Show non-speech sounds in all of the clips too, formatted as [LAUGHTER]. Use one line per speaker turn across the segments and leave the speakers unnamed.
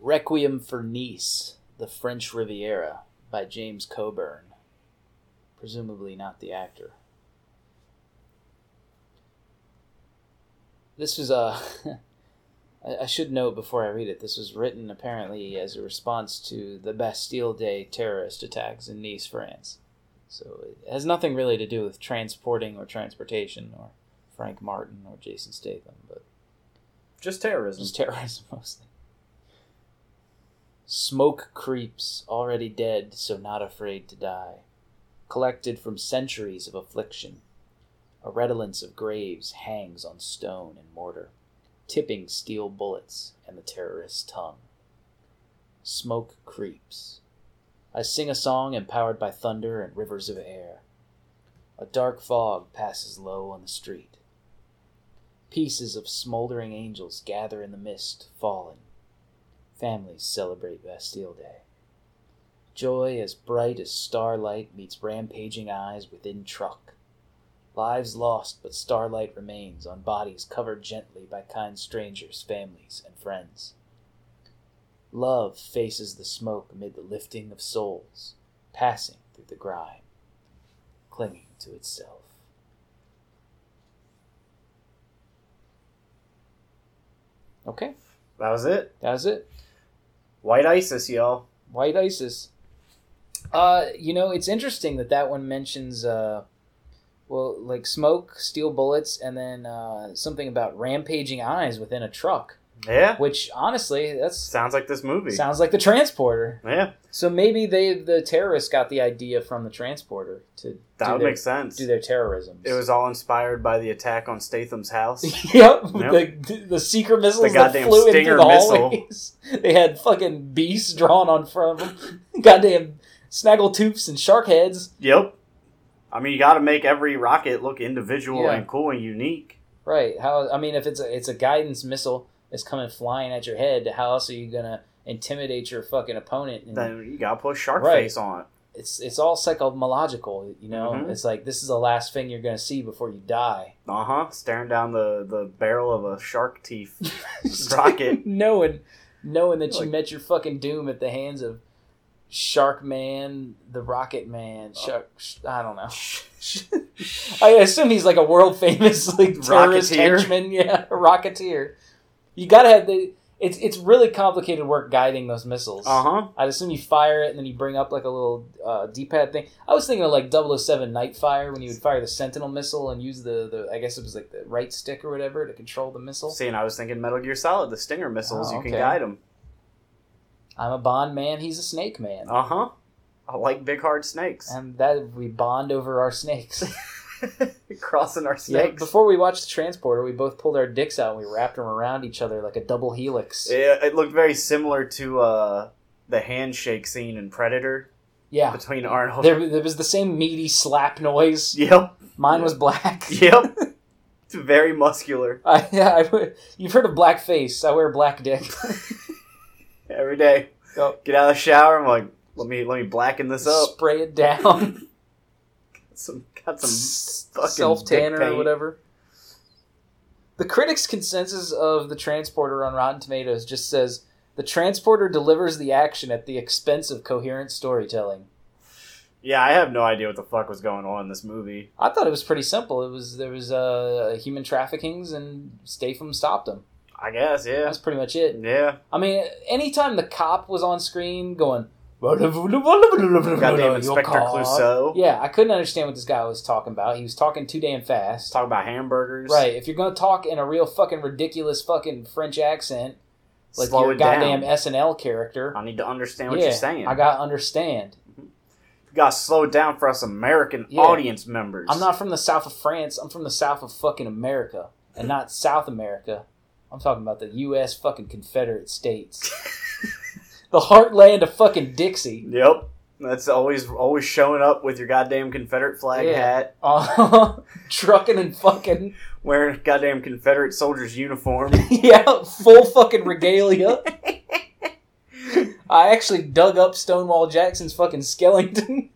Requiem for Nice, The French Riviera by James Coburn. Presumably not the actor. This was a. [LAUGHS] I I should note before I read it, this was written apparently as a response to the Bastille Day terrorist attacks in Nice, France. So it has nothing really to do with transporting or transportation or Frank Martin or Jason Statham, but
Just terrorism.
just terrorism [LAUGHS] mostly. Smoke creeps, already dead, so not afraid to die. Collected from centuries of affliction. A redolence of graves hangs on stone and mortar, tipping steel bullets and the terrorist's tongue. Smoke creeps. I sing a song empowered by thunder and rivers of air. A dark fog passes low on the street. Pieces of smoldering angels gather in the mist, fallen. Families celebrate Bastille Day. Joy as bright as starlight meets rampaging eyes within truck. Lives lost, but starlight remains on bodies covered gently by kind strangers, families, and friends. Love faces the smoke amid the lifting of souls, passing through the grime, clinging to itself. Okay.
that was it.
That's it.
White ISIS, y'all.
White ISIS. Uh, you know, it's interesting that that one mentions, uh, well, like smoke, steel bullets, and then uh, something about rampaging eyes within a truck.
Yeah.
Which honestly, that's
Sounds like this movie.
sounds like the transporter.
yeah.
So maybe they, the terrorists, got the idea from the transporter to
That
do,
would
their,
make sense.
do their terrorism. [LAUGHS]
It was all inspired by the attack on Statham's house.
Yep,
Yep.
The, the secret missiles that
goddamn
flew into
Stinger
the
missile.
hallways. [LAUGHS] They had fucking beasts drawn on front of them. [LAUGHS] goddamn snaggletooths and shark heads.
yep. I mean, you got to make every rocket look individual
Yeah.
and cool and unique.
Right? How? I mean, if it's a it's a guidance missile that's coming flying at your head, how else are you gonna intimidate your fucking opponent? And
Then you got to put shark
Right.
face on it.
it's it's all psychological, you know.
Mhm.
It's like this is the last thing you're gonna see before you
[LAUGHS]
die.
Uh huh. Staring down the, the barrel of a
[LAUGHS]
shark teeth rocket.
knowing knowing that
Like-
you met your fucking doom at the hands of Shark Man, the Rocket Man,
Oh.
Shark. sh I don't know. I assume he's like a world famous [LAUGHS] like terrorist
Rocketeer.
henchman, [LAUGHS] yeah, rocketeer. You gotta have the. It's it's really complicated work guiding those missiles.
Uh huh.
I'd assume you fire it and then you bring up like a little uh, D-pad thing. I was thinking of like 007 Nightfire when you would fire the Sentinel missile and use the, the I guess it was like the right stick or whatever to control the missile.
See, and I was thinking Metal Gear Solid, the Stinger missiles.
Oh,
You can
okay.
guide them.
I'm a Bond man. He's a Snake man,
Uh huh. I like big hard snakes.
and that we bond over our snakes.
[LAUGHS]
[LAUGHS]
Crossing our
Yeah,
snakes.
before we watched the transporter, we both pulled our dicks out and we wrapped them around each other like a double helix.
It, it looked very similar to uh, the handshake scene in Predator
yeah,
between Arnold.
there, there was the same meaty slap noise.
[LAUGHS] Yep,
Mine was black.
yep. It's very muscular
[LAUGHS] I, yeah, I [LAUGHS] w- you've heard of black face. I wear black dick.
every day.
Yep.
Get out of the shower. I'm like, let me let me blacken this
[LAUGHS]
up.
Spray it down.
Some got some fucking
Self tanner
dick
or
paint.
whatever. The critics' consensus of the transporter on Rotten Tomatoes just says the transporter delivers the action at the expense of coherent storytelling.
yeah. I have no idea what the fuck was going on in this movie.
I thought it was pretty simple. It was there was uh, human traffickings and Statham stopped them.
I guess yeah,
That's pretty much it. [LAUGHS]
yeah.
I mean, anytime the cop was on screen going,
Goddamn
goddamn
Inspector Clouseau.
Yeah, I couldn't understand what this guy was talking about. He was talking too damn fast.
Talk about hamburgers.
Right. If you're gonna talk in a real fucking ridiculous fucking French accent, like
Slow
your
it
goddamn
down.
SNL character,
I need to understand what
yeah,
you're saying.
I gotta understand.
you gotta slow down for us American
Yeah.
audience members.
I'm not from the south of France. I'm from the south of fucking America, and not South America. I'm talking about the U.S. fucking Confederate
[LAUGHS]
States, the heartland of fucking Dixie. [LAUGHS]
Yep. That's always always showing up with your goddamn Confederate flag
Yeah.
hat,
Uh, trucking and fucking
wearing a goddamn Confederate soldier's uniform.
[LAUGHS] yeah, full fucking regalia. I actually dug up Stonewall Jackson's fucking [LAUGHS] skeleton.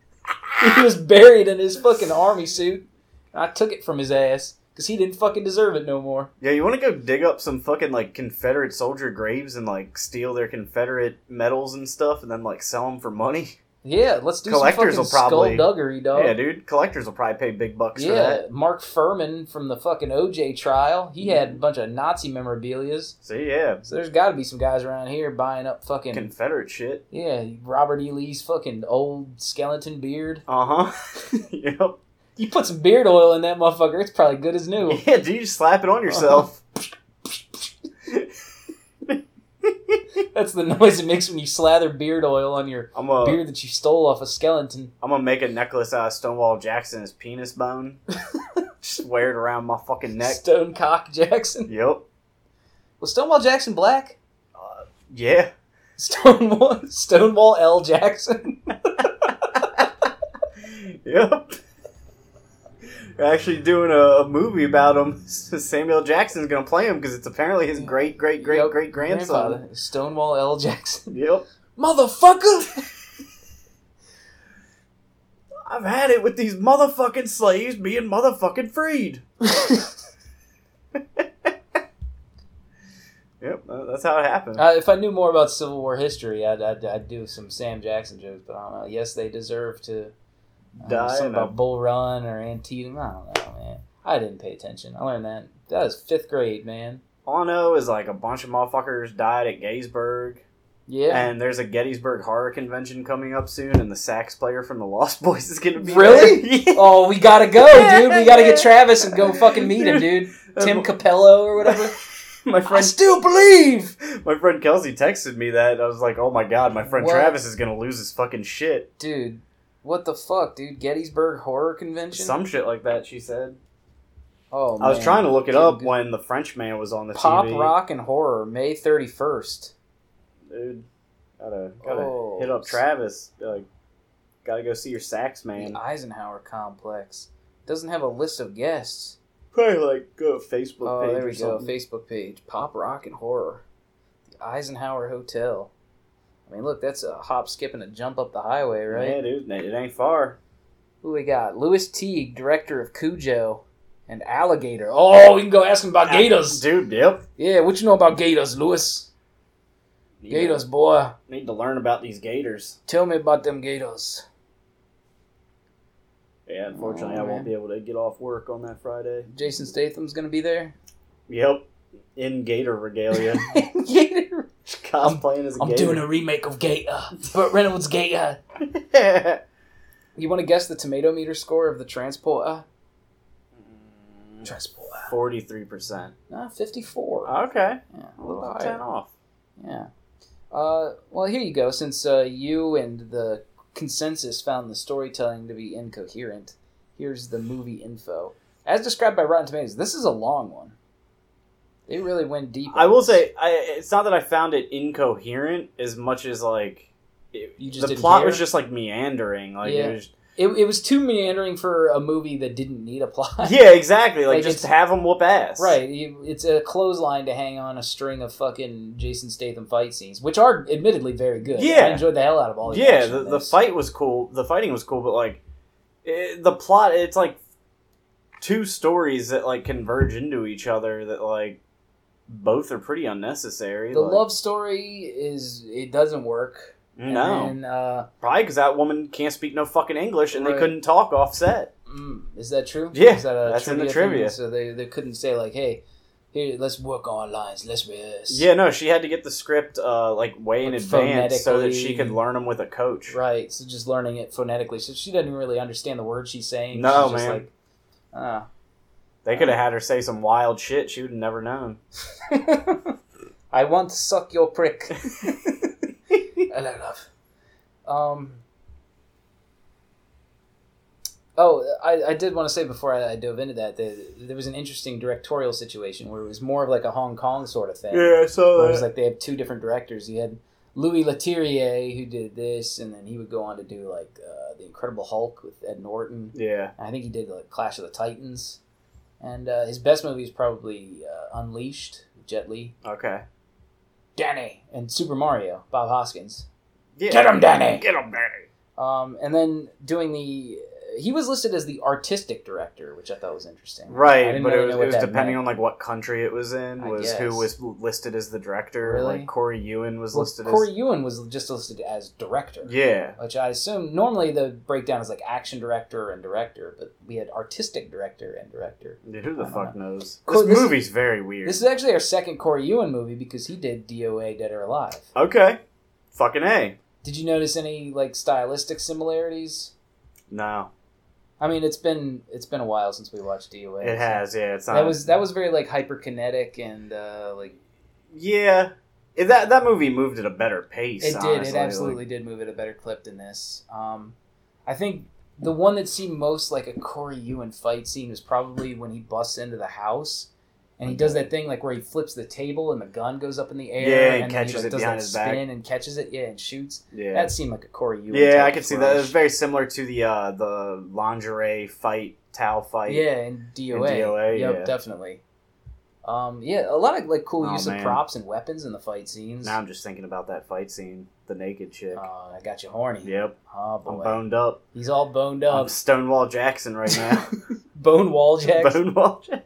he was buried in his fucking army suit. I took it from his ass. because he didn't fucking deserve it no more.
Yeah, you want to go dig up some fucking like Confederate soldier graves and like steal their Confederate medals and stuff, and then like sell them for money.
Yeah, let's do
Collectors
some
will
fucking
probably-
skullduggery, dog.
Yeah, dude, collectors will probably pay big bucks for
Yeah,
that.
Mark Furman from the fucking OJ trial. He had a bunch of Nazi memorabilia's.
See, yeah,
So there's got to be some guys around here buying up fucking
Confederate shit.
yeah Robert E. Lee's fucking old skeleton beard.
Uh huh. [LAUGHS] yep.
You put some beard oil in that motherfucker, it's probably good as
[LAUGHS]
new.
Yeah, dude, you slap it
Uh-huh.
on yourself.
That's the noise it makes when you slather beard oil on your
I'm a
beard that you stole off a skeleton.
I'm gonna make a necklace out of Stonewall Jackson's penis
[LAUGHS]
bone. Just wear it around my fucking neck.
Stone Cock Jackson.
Yep.
Was Stonewall Jackson black? [LAUGHS]
Yeah.
Stonewall Stonewall L
[LAUGHS]
Jackson.
Yep. They're actually doing a, a movie about him. [LAUGHS] Samuel Jackson's gonna play him because it's apparently his great great great
Yep,
great grandson.
grandfather. Stonewall L Jackson. [LAUGHS]
Yep. [LAUGHS]
Motherfucker!
I've had it with these motherfucking slaves being motherfucking freed.
[LAUGHS]
Yep, tha- that's how it happened.
Uh, if I knew more about Civil War history, I'd, I'd, I'd do some Sam Jackson jokes, but I don't know. Yes, they deserve to. I don't know,
Die
something
and
about
a-
Bull Run or Antietam. I don't know, man. I didn't pay attention. I learned that. That was fifth grade, man.
All I know is like a bunch of motherfuckers died at Gettysburg.
Yeah.
And there's a Gettysburg Horror Convention coming up soon, and the sax player from the Lost Boys is going to be
Really?
there. [LAUGHS] Yeah.
oh, we gotta go, dude. We gotta get Travis and go fucking meet him, dude. Tim Capello or whatever.
my
I
friend,
still believe.
my friend Kelsey texted me that. I was like, "Oh my god, my friend
What?
Travis is going to lose his fucking shit."
Dude, what the fuck, dude? Gettysburg Horror Convention?
Some shit like that. She said.
oh,
I was
man.
trying to look it
Getting
up
good-
when the French man was on the
Pop,
TV.
rock, and horror, May 31st.
Dude, gotta gotta
Oh.
hit up Travis. Be Like, gotta go see your sax man.
The
[LAUGHS]
Eisenhower complex doesn't have a list of guests.
Probably like go to Facebook
oh,
page
there
or
we go.
something.
Facebook page, pop rock and horror. The Eisenhower Hotel. I mean, look, that's a hop, skip, and a jump up the highway, right?
Yeah, dude, it ain't far.
Who we got? Louis Teague, director of Cujo and Alligator. Oh, we can go ask him about gators.
dude. Yep.
Yeah, what you know about gators, Louis? Gators, boy.
Need to learn about these gators.
Tell me about them gators.
Yeah, unfortunately,
Aw,
I won't
Oh, man.
be able to get off work on that Friday.
Jason Statham's gonna be there.
Yep, in gator regalia,
[LAUGHS] Gator.
cosplaying as a
I'm
gator.
doing a remake of Gator. Burt Reynolds Gator.
[LAUGHS]
You want to guess the tomato meter score of the transporter? Transporter.
Mm-hmm. Forty-three percent.
Ah, 54.
Okay,
Yeah, a
a little
little
ten
higher.
off.
Yeah. Uh, well, here you go. Since uh, you and the consensus found the storytelling to be incoherent, here's the movie info. As described by Rotten Tomatoes, this is a long one. They really went deep.
I
on
will
this.
say, I, it's not that I found it incoherent as much as like it,
You just
the
didn't
plot
care?
was just like meandering. Like
Yeah.
it was,
it, it was too meandering for a movie that didn't need a [LAUGHS] plot.
yeah, exactly. Like,
Like,
just
it's-
have them whoop ass,
Right, you- it's a clothesline to hang on a string of fucking Jason Statham fight scenes, which are admittedly very good.
Yeah.
I enjoyed the hell out of all. the
yeah,
action
the,
in
the
this.
fight was cool. The fighting was cool, but like it, the plot, it's like two stories that like converge into each other. That like both are pretty unnecessary.
The
like,
love story is it doesn't work.
no,
and then, uh,
probably because that woman can't speak no fucking English, and they
Right.
couldn't talk offset.
mm, is that true?
Yeah,
is that a
that's in the
thing?
trivia.
So they, they couldn't say like, hey, here, let's work on lines, let's rehearse.
Yeah, no, she had to get the script uh like way in
Like,
advance so that she
phonetically.
could learn them with a coach.
right. So just learning it phonetically, so she doesn't really understand the words she's saying.
No,
she's just
man.
like, ah.
They could have had her say some wild shit. She would have never known.
"Ah, [LAUGHS] I want to suck your
[LAUGHS]
prick. Hello, love. Um. Oh, I, I did want to say before I, I dove into that, that there was an interesting directorial situation where it was more of like a Hong Kong sort of thing.
Yeah, I
Where it
saw
was like they have two different directors. You had Louis Leterrier who did this, and then he would go on to do like uh, the Incredible Hulk with Ed Norton.
yeah,
I think he did like Clash of the Titans, and uh, his best movie is probably uh, Unleashed, with Jet Li,
okay.
Danny, and Super Mario, Bob Hoskins.
Yeah.
Get 'em, Danny!
Get him, Danny!
Um, and then doing the he was listed as the artistic director, which I thought was interesting. I
Right,
didn't
but
really
it was,
know what
it was
that
depending
meant.
on like what country it was in
I
was
guess.
who was listed as the director.
Really?
Like Corey Ewan was
Well,
listed
Corey Ewan was just listed as director.
as yeah.
Which I assume normally the breakdown is like action director and director, but we had artistic director and director.
Yeah, Who
I
the
don't
fuck knows?
Cor-
this
this-
movie's very weird.
This is actually our second Corey Ewan movie because he did DOA Dead or Alive.
okay, fucking a.
Did you notice any like stylistic similarities?
No,
I mean, it's been it's been a while since we watched DOA.
it
so-
has. um, Yeah, it's not.
That was that was very like hyperkinetic and uh, like
Yeah, If that that movie moved at a better pace.
it did.
honestly,
It
like-
absolutely did move at a better clip than this. Um, I think the one that seemed most like a Corey Ewan fight scene was probably when he busts into the house and he does that thing like where he flips the table and the gun goes up in the air.
Yeah, and
then
catches
like,
it
does
behind
that
his back.
spin and catches it. Yeah, and shoots.
yeah.
That seemed like a Corey Ewan.
yeah,
type
I can see that. It was
flourish.
very similar to the uh, the lingerie fight, towel fight.
Yeah, and DOA.
DOA,
Yep,
yeah.
definitely. Um, yeah, a lot of like cool
Oh,
use
man.
of props and weapons in the fight scenes.
Now I'm just thinking about that fight scene, the naked chick.
Oh, that got you horny.
yep,
Oh
I'm
boy,
boned up.
he's all boned
I'm
up.
Stonewall
[LAUGHS]
Jackson right now.
Bone
[LAUGHS]
wall jack.
Bonewall Jackson.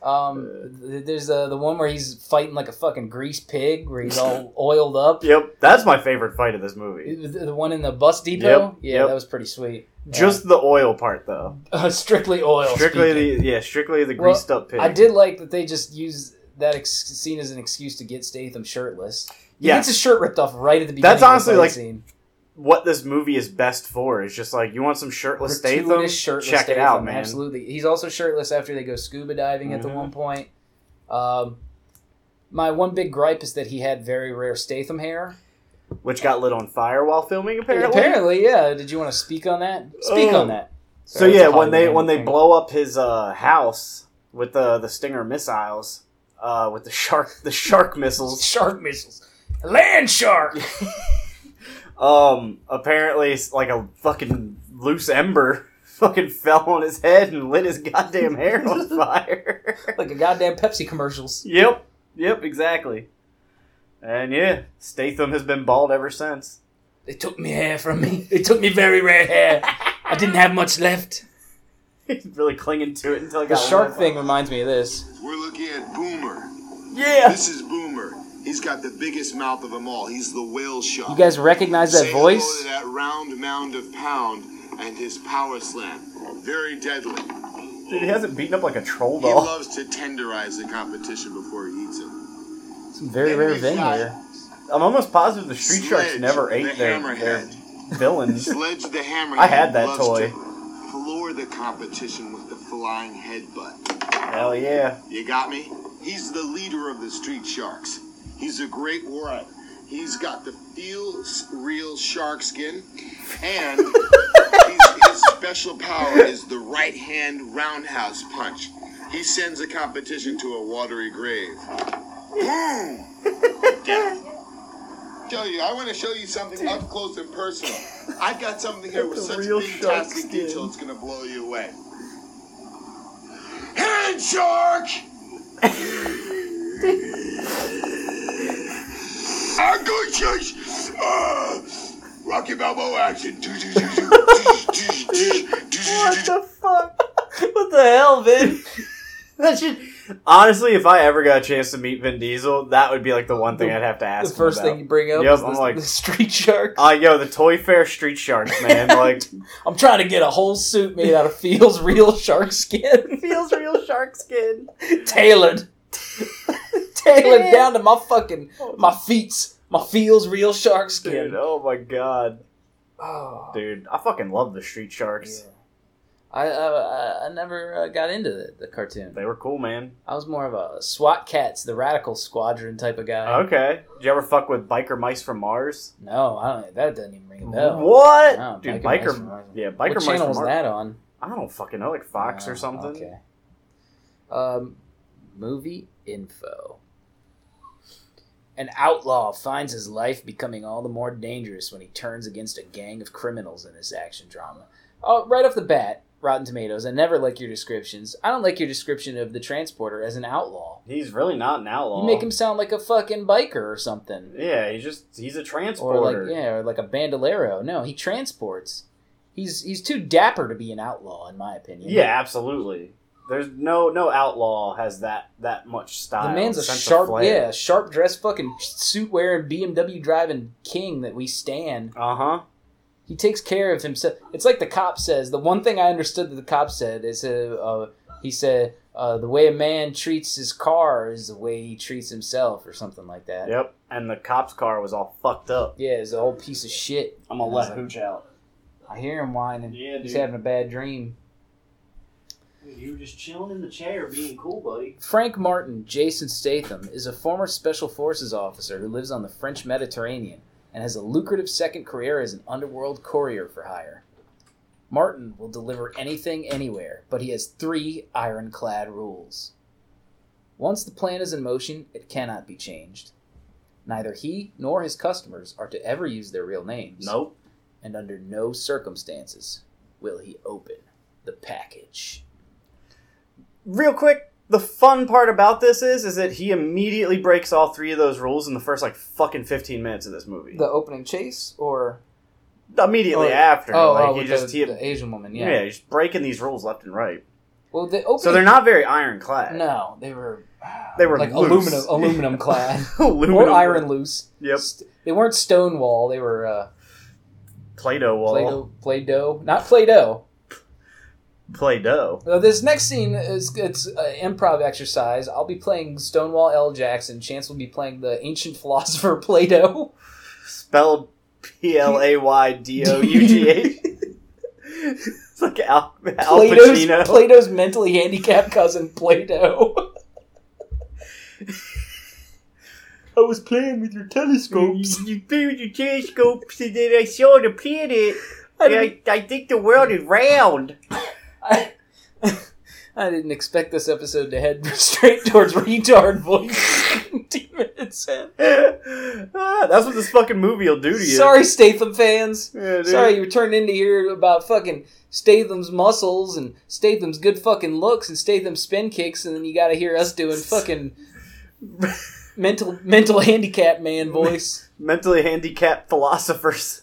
Um, th- there's uh, the one where he's fighting like a fucking grease pig, where he's
[LAUGHS]
all oiled up.
Yep, that's my favorite fight of this movie.
The the one in the bus depot.
Yep,
Yeah,
yep.
that was pretty sweet.
Just the oil part, though.
[LAUGHS] Uh, strictly oil.
strictly
speaking.
the yeah, strictly the
Well,
greased up pig.
I did like that they just used that ex- scene as an excuse to get Statham shirtless. He
Yes.
gets his shirt ripped off right at the beginning.
That's
of the
honestly,
fight
like,
scene.
What this movie is best for is just like you want some shirtless Statham.
Gratuitous shirtless
Check it
Statham,
out, man.
Absolutely. He's also shirtless after they go scuba diving at the
Mhm.
one point. Um, my one big gripe is that he had very rare Statham hair.
Which got lit on fire while filming, apparently.
Apparently, yeah. Did you want to speak on that? Speak
Oh.
on that.
So
Sorry,
yeah,
that's
when they
Hollywood
when they
thing.
blow up his uh, house with the the Stinger missiles, uh, with the shark [LAUGHS] the shark missiles,
Shark missiles. Land shark.
Um, apparently, it's like a fucking loose ember [LAUGHS] fucking fell on his head and lit his goddamn hair [LAUGHS] on fire.
like a goddamn Pepsi commercials.
yep, yep, exactly. And yeah, Statham has been bald ever since. [LAUGHS]
They took me hair from me. They took me very rare hair. I didn't have much left.
He's really clinging to it until I
The
got
shark
one.
thing reminds me of this.
We're looking at Boomer.
Yeah,
This is Boomer. He's got the biggest mouth of them all. He's the whale shark.
You guys recognize that
Say hello to
voice?
that round mound of pound and his power slam. Very deadly.
dude, he hasn't beaten up like a troll
He
doll.
loves to tenderize the competition before he eats him.
Some very rare vin here.
I'm almost positive the street sharks
Sledge,
never
the
ate their, their
hammerhead. [LAUGHS]
villains.
Sledge the hammerhead.
I had that
loves
toy.
to Floor the competition with the flying headbutt.
Hell yeah,
You got me? He's the leader of the street sharks. He's a great warrior. He's got the feel s- real shark skin, and he's, his special power is the right hand roundhouse punch. He sends a competition to a watery grave. Boom! Death. Tell you, I want to show you something up close and personal. I got something here with
The
such
real shark
fantastic
skin.
detail, it's gonna blow you away. Head shark! I'm going to uh, Rocky Balboa action. what the
fuck?
[LAUGHS]
what the hell, Vin? [LAUGHS] that should. Honestly, if I ever got a chance to meet Vin Diesel, that would be like the one thing I'd have to
The
ask.
first
him about.
thing you bring up
Yep,
is
I'm
the,
like-
the street sharks.
Uh, yo, the Toy Fair Street Sharks, man. [LAUGHS] Like,
I'm trying to get a whole suit made out of Feels real shark skin,
feels real shark skin.
tailored, [LAUGHS] tailored down to my fucking my feet, my Feels real shark
Dude,
skin.
oh my god.
Oh,
Dude, I fucking love the Street Sharks.
yeah. I, I I- I never uh, got into the, the cartoon.
They were cool, man.
I was more of a SWAT cats, the radical squadron type of guy.
Okay. Did you ever fuck with Biker Mice from Mars?
No, I don't. That doesn't even ring a bell.
What?
No, Biker
Dude,
Mice
Biker.
from Mars.
Yeah,
What
Biker Mice
channel
from
was
Mars.
that on?
I don't fucking know, like Fox
Oh,
or something.
Okay. Um, movie info. An outlaw finds his life becoming all the more dangerous when he turns against a gang of criminals in this action drama. Oh, right off the bat, Rotten Tomatoes. I never like your descriptions. I don't like your description of the transporter as an outlaw.
He's really not an outlaw.
You make him sound like a fucking biker or something,
Yeah, he's just he's a transporter.
or like yeah, or like a bandolero. No, he transports. He's he's too dapper to be an outlaw, in my opinion.
Yeah, absolutely. There's no no outlaw has that that much style.
The man's a
sense of
sharp,
flair.
yeah, sharp dress, fucking suit wearing, BMW driving king that we stand.
Uh huh.
He takes care of himself. It's like the cop says. The one thing I understood that the cop said is, uh, uh, he said, uh, "The way a man treats his car is the way he treats himself," or something like that.
Yep. And the cop's car was all fucked up.
Yeah, it's a whole piece of shit.
I'm gonna
And I was
let
like,
Hooch out.
I hear him whining.
Yeah,
He's
dude.
having a bad dream.
You were just chilling in the chair, being cool, buddy.
Frank Martin, Jason Statham, is a former Special Forces officer who lives on the French Mediterranean and has a lucrative second career as an underworld courier for hire. Martin will deliver anything anywhere, but he has three ironclad rules. Once the plan is in motion, it cannot be changed. Neither he nor his customers are to ever use their real names.
Nope.
And under no circumstances will he open the package.
Real quick, the fun part about this is is that he immediately breaks all three of those rules in the first like fucking fifteen minutes of this movie.
The opening chase or
immediately
Oh,
after,
Oh,
like
oh,
he
with
just
the,
he,
the Asian woman.
yeah.
Yeah.
he's breaking these rules left and right.
Well, the opening.
So they're not very ironclad.
No, they were.
[SIGHS] They were
like
loose.
aluminum, aluminum
[LAUGHS]
clad
[LAUGHS] aluminum
or iron loose.
Yep.
St- they weren't stone wall. They were uh,
Play-Doh wall.
Play-Doh, Play-Doh, not Play-Doh.
Play-Doh.
Uh, this next scene is it's uh, improv exercise. I'll be playing Stonewall L. Jackson. Chance will be playing the ancient [LAUGHS] philosopher Plato.
Spelled P L A Y D O U
[LAUGHS]
G H. It's like Al, Al
Plato's
Pacino.
Plato's mentally handicapped cousin [LAUGHS]
[LAUGHS]
Plato. I was playing with your telescopes.
You play with your telescopes, and then I saw the planet. and
e-
I, I think the world is round.
[LAUGHS] I, I didn't expect this episode to head [LAUGHS] straight towards retard voice. Ten minutes in.
Ah, that's what this fucking movie will do to you.
Sorry, Statham fans.
Yeah, dude.
Sorry, you were turned into here about fucking Statham's muscles and Statham's good fucking looks and Statham's spin kicks, and then you got to hear us doing fucking mental mental handicap
[LAUGHS]
man voice.
[LAUGHS] Mentally
[LAUGHS]
handicapped philosophers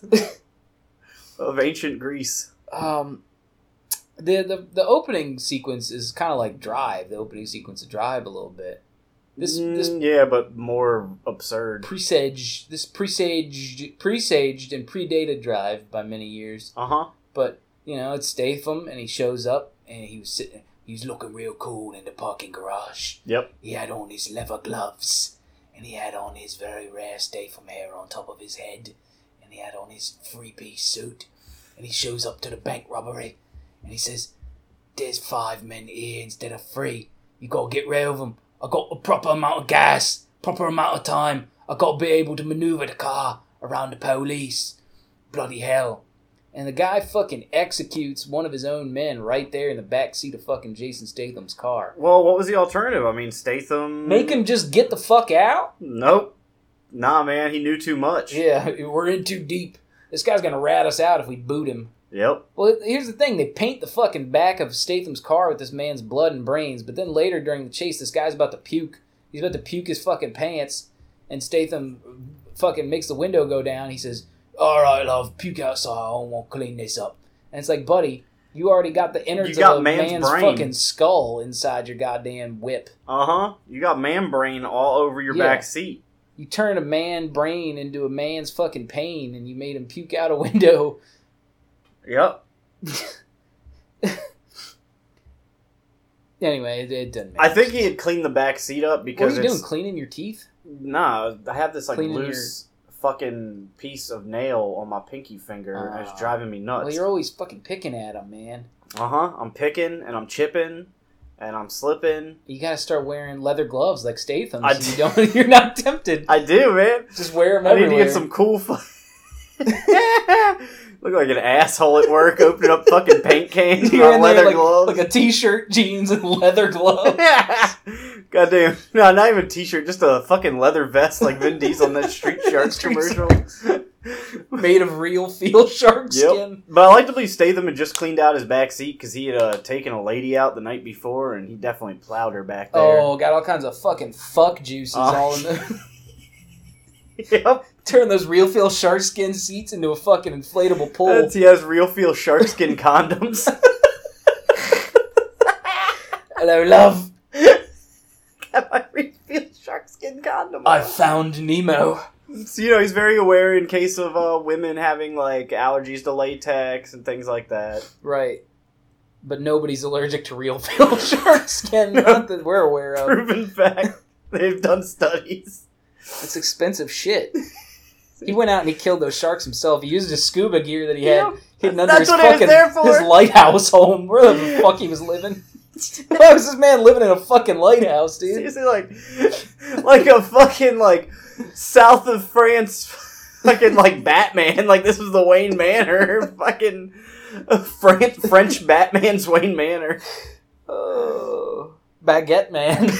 of ancient Greece.
Um, the the the opening sequence is kind of like Drive, the opening sequence of Drive, a little bit. This this
Mm, yeah, but more absurd.
presaged this presaged presaged and predated drive by many years
Uh huh.
but you know it's Statham and he shows up and he was sitting he was looking real cool in the parking garage
Yep.
he had on his leather gloves and he had on his very rare Statham hair on top of his head and he had on his three piece suit and he shows up to the bank robbery and he says there's five men here instead of three you gotta get rid of them I got the proper amount of gas proper amount of time I gotta be able to maneuver the car around the police bloody hell and the guy fucking executes one of his own men right there in the back seat of fucking Jason Statham's car.
Well, what was the alternative? I mean, Statham.
Make him just get the fuck out?
Nope. Nah, man, he knew too much.
Yeah, [LAUGHS] we're in too deep. This guy's gonna rat us out if we boot him.
Yep.
Well, here's the thing: they paint the fucking back of Statham's car with this man's blood and brains, but then later during the chase, this guy's about to puke. He's about to puke his fucking pants, and Statham fucking makes the window go down. He says, "All right, love, puke outside. I want to clean this up." And it's like, buddy, you already got the innards
You got
of a
man's
man's,
brain.
fucking skull inside your goddamn whip.
Uh huh. You got man brain all over your
Yeah.
back seat.
You turn a man brain into a man's fucking pain, and you made him puke out a [LAUGHS] window.
Yep.
Anyway, it, it doesn't.
I
Matter.
think he had cleaned the back seat up
What
because
are you doing?
it's
Cleaning your teeth?
nah. I have this like
Cleaning
loose fucking piece of nail on my pinky finger, and
Ah.
it's driving me
Well,
nuts.
you're always fucking picking at them, man.
uh huh. I'm picking and I'm chipping and I'm slipping.
You gotta start wearing leather gloves like Statham.
I
So you don't. [LAUGHS] You're not tempted.
I do, man.
Just wear them
I need
everywhere.
to get some cool. Fu- [LAUGHS] Look like an asshole at work opening up fucking paint cans
[LAUGHS] [LAUGHS]
with
You're
my
in
leather
there like,
gloves.
like a t-shirt, jeans, and [LAUGHS] leather gloves.
[LAUGHS] Goddamn. [LAUGHS] No, not even a t shirt, just a fucking leather vest like Vin Diesel in that Street Sharks
Street
commercial.
made of real field shark
Yep.
skin.
But I like to believe Statham had just cleaned out his back seat because he had uh, taken a lady out the night before and he definitely plowed her back there.
Oh, got all kinds of fucking fuck juices
Ah.
all in the.
[LAUGHS] yep.
[LAUGHS] Turn those real feel shark skin seats into a fucking inflatable
[LAUGHS]
pool.
That's- he has real feel shark skin condoms.
Hello, love.
Have I real feel shark skin condom?
I found Nemo.
So, you know, he's very aware in case of uh, women having like allergies to latex and things like that.
Right. But nobody's allergic to real [LAUGHS] feel shark skin. Not that we're aware of.
Proven fact. They've done studies.
It's expensive shit. He went out and he killed those sharks himself. He used his scuba gear that he had
Yeah.
hidden under
That's
his
what I was
fucking
there for.
his lighthouse home. Where the fuck he was living?
[LAUGHS]
Why was this man living in a fucking lighthouse, dude?
Seriously, like, like a fucking like south of France, [LAUGHS] fucking like Batman. Like this was the Wayne Manor, [LAUGHS] fucking French French Batman's Wayne Manor.
Oh, baguette man. [LAUGHS]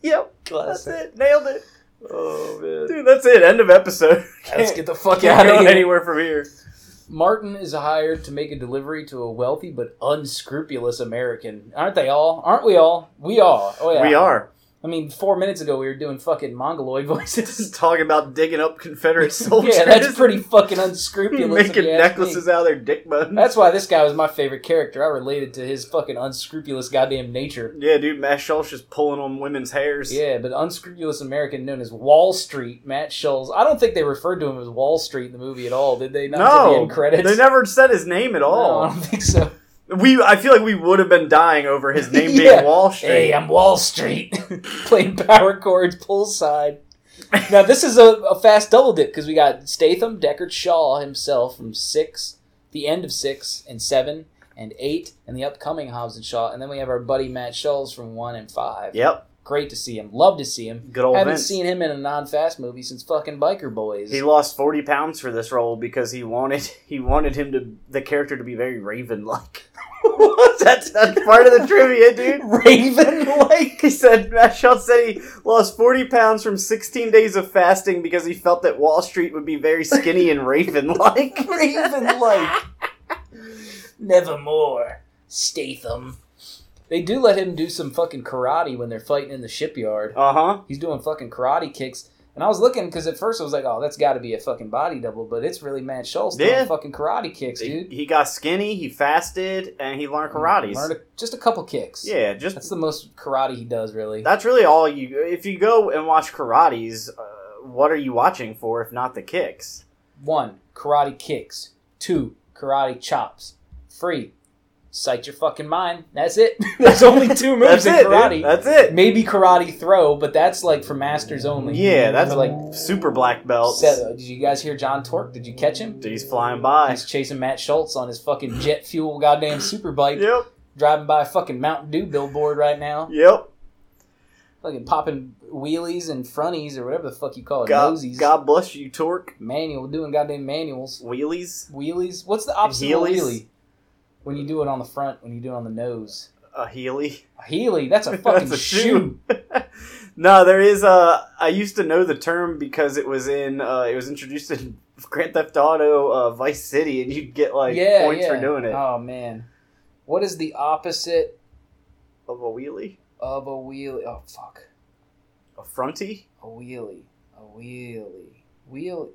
Yep, that's
Classic.
it. Nailed it,
Oh man.
dude. That's it. End of episode.
Let's get the fuck
Can't
out
go
of here.
anywhere from here.
Martin is hired to make a delivery to a wealthy but unscrupulous American. Aren't they all? Aren't we all? We are. Oh yeah.
We are
I mean, four minutes ago we were doing fucking mongoloid [LAUGHS] voices.
just talking about digging up Confederate soldiers.
[LAUGHS] yeah, that's
[LAUGHS]
pretty fucking unscrupulous. if
Making
you ask me.
necklaces out of their dick buttons.
That's why this guy was my favorite character. I related to his fucking unscrupulous goddamn nature.
yeah, dude. Matt Schultz just pulling on women's hairs.
Yeah, but unscrupulous American known as Wall Street, Matt Schultz. I don't think they referred to him as Wall Street in the movie at all, did they? Not until the
No,
end credits.
they never said his name at all.
No, I don't think so.
We, I feel like we would have been dying over
[LAUGHS]
his name
Yeah.
being Wall Street.
Hey, I'm Wall Street. [LAUGHS] Playing power chords, poolside. Now, this is a, a fast double dip because we got Statham, Deckard Shaw himself from six, the end of six, and seven, and eight, and the upcoming Hobbs and Shaw. And then we have our buddy Matt Schultz from one and five.
yep,
Great to see him. Love to see him.
good old
Haven't
Vince.
seen him in a non fast movie since fucking Biker Boys. [LAUGHS]
He [LAUGHS] lost forty pounds for this role because he wanted [LAUGHS] he wanted him to the character to be very Raven [LAUGHS] like. that's that's part of the trivia, dude.
[LAUGHS] Raven like.
He said Matt Schultz said he lost forty pounds from sixteen days of fasting because he felt that Wall Street would be very
[LAUGHS]
skinny and Raven [LAUGHS] like.
Raven like. Nevermore. Statham. They do let him do some fucking karate when they're fighting in the shipyard.
Uh huh.
He's doing fucking karate kicks. And I was looking because at first I was like, oh, that's got to be a fucking body double, but it's really Matt Schultz doing
Yeah.
fucking karate kicks,
He,
dude.
he got skinny. He fasted and he learned karate.
Learned a- Just a couple kicks.
Yeah, just
That's the most karate he does, really.
That's really all you. If you go and watch karates, uh, what are you watching for if not the kicks?
One, karate kicks. Two, karate chops. Three, sight your fucking mind. That's it. [LAUGHS] There's only two moves
[LAUGHS] That's
in
it.
karate.
Dude. That's it.
Maybe karate throw, but that's like for masters only.
Yeah, that's
For,
like
like.
super black belts.
set- uh, did you guys hear John Torque? Did you catch him?
Dude, he's flying by.
He's chasing Matt Schultz on his fucking jet fuel goddamn super bike,
Yep,
driving by a fucking Mountain Dew billboard right now,
yep.
fucking popping wheelies and fronties or whatever the fuck you call it,
God,
nosies,
God bless you, Torque.
manual doing goddamn manuals,
Wheelies,
wheelies. What's the opposite of a
Heelys?
wheelie? When you do it on the front, when you do it on the nose.
a heely.
A Healy, that's a fucking
That's a
shoe.
shoe. [LAUGHS] no, there is a. I used to know the term because it was in. Uh, it was introduced in [LAUGHS] Grand Theft Auto uh, Vice City, and you'd get like
yeah,
points
yeah.
for doing it.
Oh man, what is the opposite
of a wheelie,
of a wheelie? Oh fuck,
a fronty,
a wheelie, a wheelie, wheel,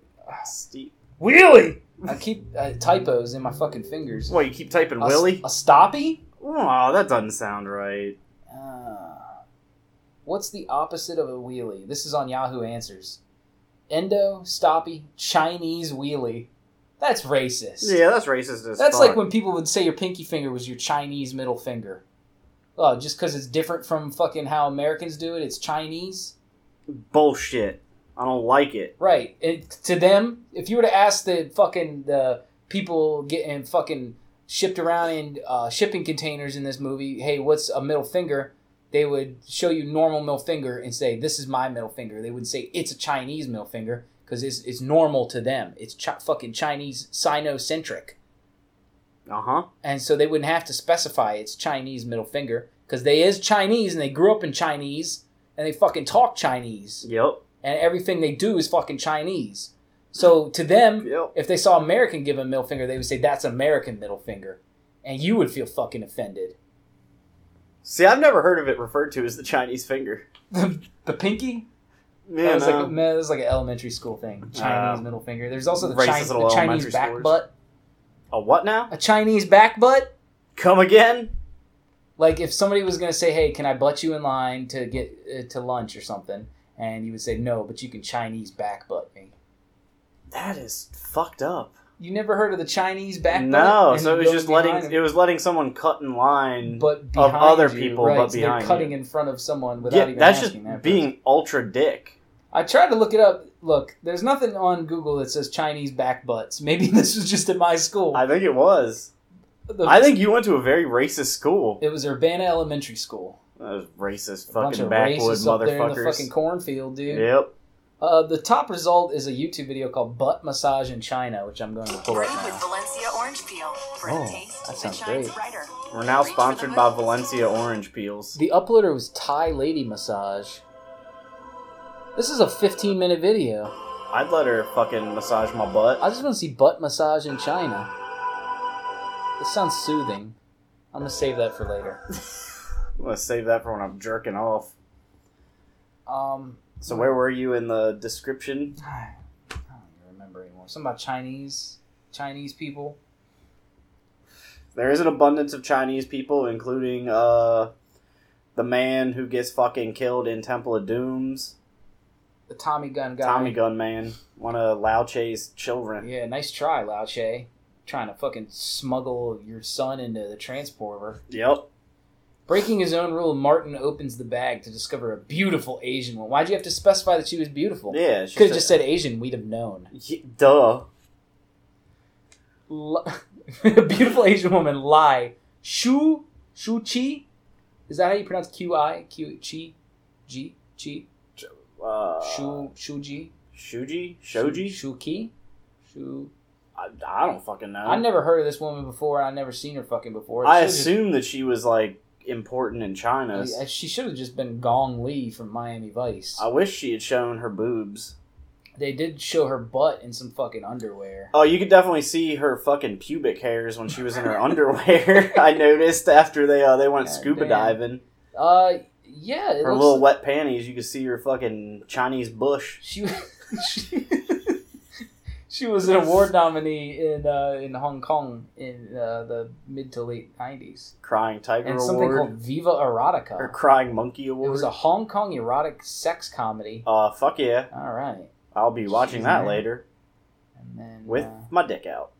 Ste-
wheelie. I keep uh, typos in my fucking fingers.
Well, you keep typing
A s-
Willie.
a stoppy.
Oh, that doesn't sound right.
Uh, what's the opposite of a wheelie? This is on Yahoo Answers. Endo, stoppy, Chinese wheelie. That's racist.
Yeah, that's racist as
That's
fuck.
like when people would say your pinky finger was your Chinese middle finger. Oh, just because it's different from fucking how Americans do it, it's Chinese?
bullshit. I don't like it.
Right. And to them, if you were to ask the fucking the people getting fucking shipped around in uh, shipping containers in this movie, hey, what's a middle finger? They would show you normal middle finger and say, this is my middle finger. They would say, it's a Chinese middle finger because it's, it's normal to them. It's chi- fucking Chinese sinocentric.
Uh huh.
and so they wouldn't have to specify it's Chinese middle finger because they is Chinese and they grew up in Chinese and they fucking talk Chinese
Yep.
and everything they do is fucking Chinese. So to them,
Yep.
if they saw American give a middle finger, they would say that's American middle finger, and you would feel fucking offended.
See, I've never heard of it referred to as the Chinese finger.
the pinky, that
Yeah,
was
no.
like that was like an elementary school thing. Chinese middle finger. There's also the,
Um, Racist
Chinese, the
little
Chinese
elementary
back
schoolers.
butt.
oh. a what now?
A Chinese back butt.
Come again?
Like if somebody was gonna say, "Hey, can I butt you in line to get uh, to lunch or something?" and you would say, "No, but you can Chinese back butt me."
That is fucked up.
You never heard of the Chinese back butt?
no,
And
so it was
goes
just
behind
letting
them,
it was letting someone cut in line.
but
Mm. of
behind
other
you,
people,
right,
but
so
behind
they're
you.
cutting in front of someone without
yeah,
even
that's just
asking that person.
being ultra dick.
I tried to look it up. Look, there's nothing on Google that says Chinese back butts. [LAUGHS] Maybe this was just at my school.
I think it was.
The-
I think you went to a very racist school.
it was Urbana Elementary School.
Those racist
A bunch
fucking
of
backwood
racists up there in the
motherfuckers.
fucking cornfield, dude.
Yep.
Uh, the top result is a YouTube video called "Butt Massage in China," which I'm going to pull up
Brewed with
now.
Valencia orange peel for
Oh,
a taste
that
that,
sounds
shines
great.
brighter.
We're now
Reach for
sponsored
the
by
moon.
Valencia Orange Peels.
The uploader was Thai Lady Massage. This is a 15 minute video.
I'd let her fucking massage my butt.
I just want to see butt massage in China. This sounds soothing. I'm gonna save that for later.
I'm gonna save that for when I'm jerking off.
Um,
So where were you in the description?
I don't even remember anymore. Something about Chinese Chinese people.
There is an abundance of Chinese people, including uh, the man who gets fucking killed in Temple of Dooms,
The Tommy gun guy.
Tommy Gun Man, one of Lao Che's children.
Yeah, nice try, Lao Che. Trying to fucking smuggle your son into the transporter.
Yep.
Breaking his own rule, Martin opens the bag to discover a beautiful Asian woman. Why'd you have to specify that she was beautiful?
Yeah. she
Could have just said Asian, we'd have known.
"Y- Duh.
L- [LAUGHS] beautiful Asian woman, Lai. Shu, Shu Chi? Is that how you pronounce Q-I? Q, Chi? G? Chi?
Uh,
Shu, Shu Ji?
Shuji? Shoji?
Shu Ki? Shu.
I, I don't fucking know.
I never heard of this woman before. and I never seen her fucking before.
Uh, I
She was just-
assume that she was like important in China.
Yeah, She should have just been Gong Lee from Miami Vice.
I wish she had shown her boobs.
They did show her butt in some fucking underwear.
Oh, you could definitely see her fucking pubic hairs when she
[LAUGHS]
was in her underwear. [LAUGHS] I noticed after they uh, they went
God
scuba
damn.
diving.
Uh, yeah, it
Her
looks.
little wet panties, you could see her fucking Chinese bush.
she, she she was an award nominee in uh, in Hong Kong in uh, the mid to late nineties,
Crying Tiger
and something
Award
called Viva
or
Erotica.
Crying Monkey
It
Award.
was a Hong Kong erotic sex comedy.
uh, fuck yeah!
All right,
I'll be watching
She's
that
married.
later
and then
with
uh,
my dick out.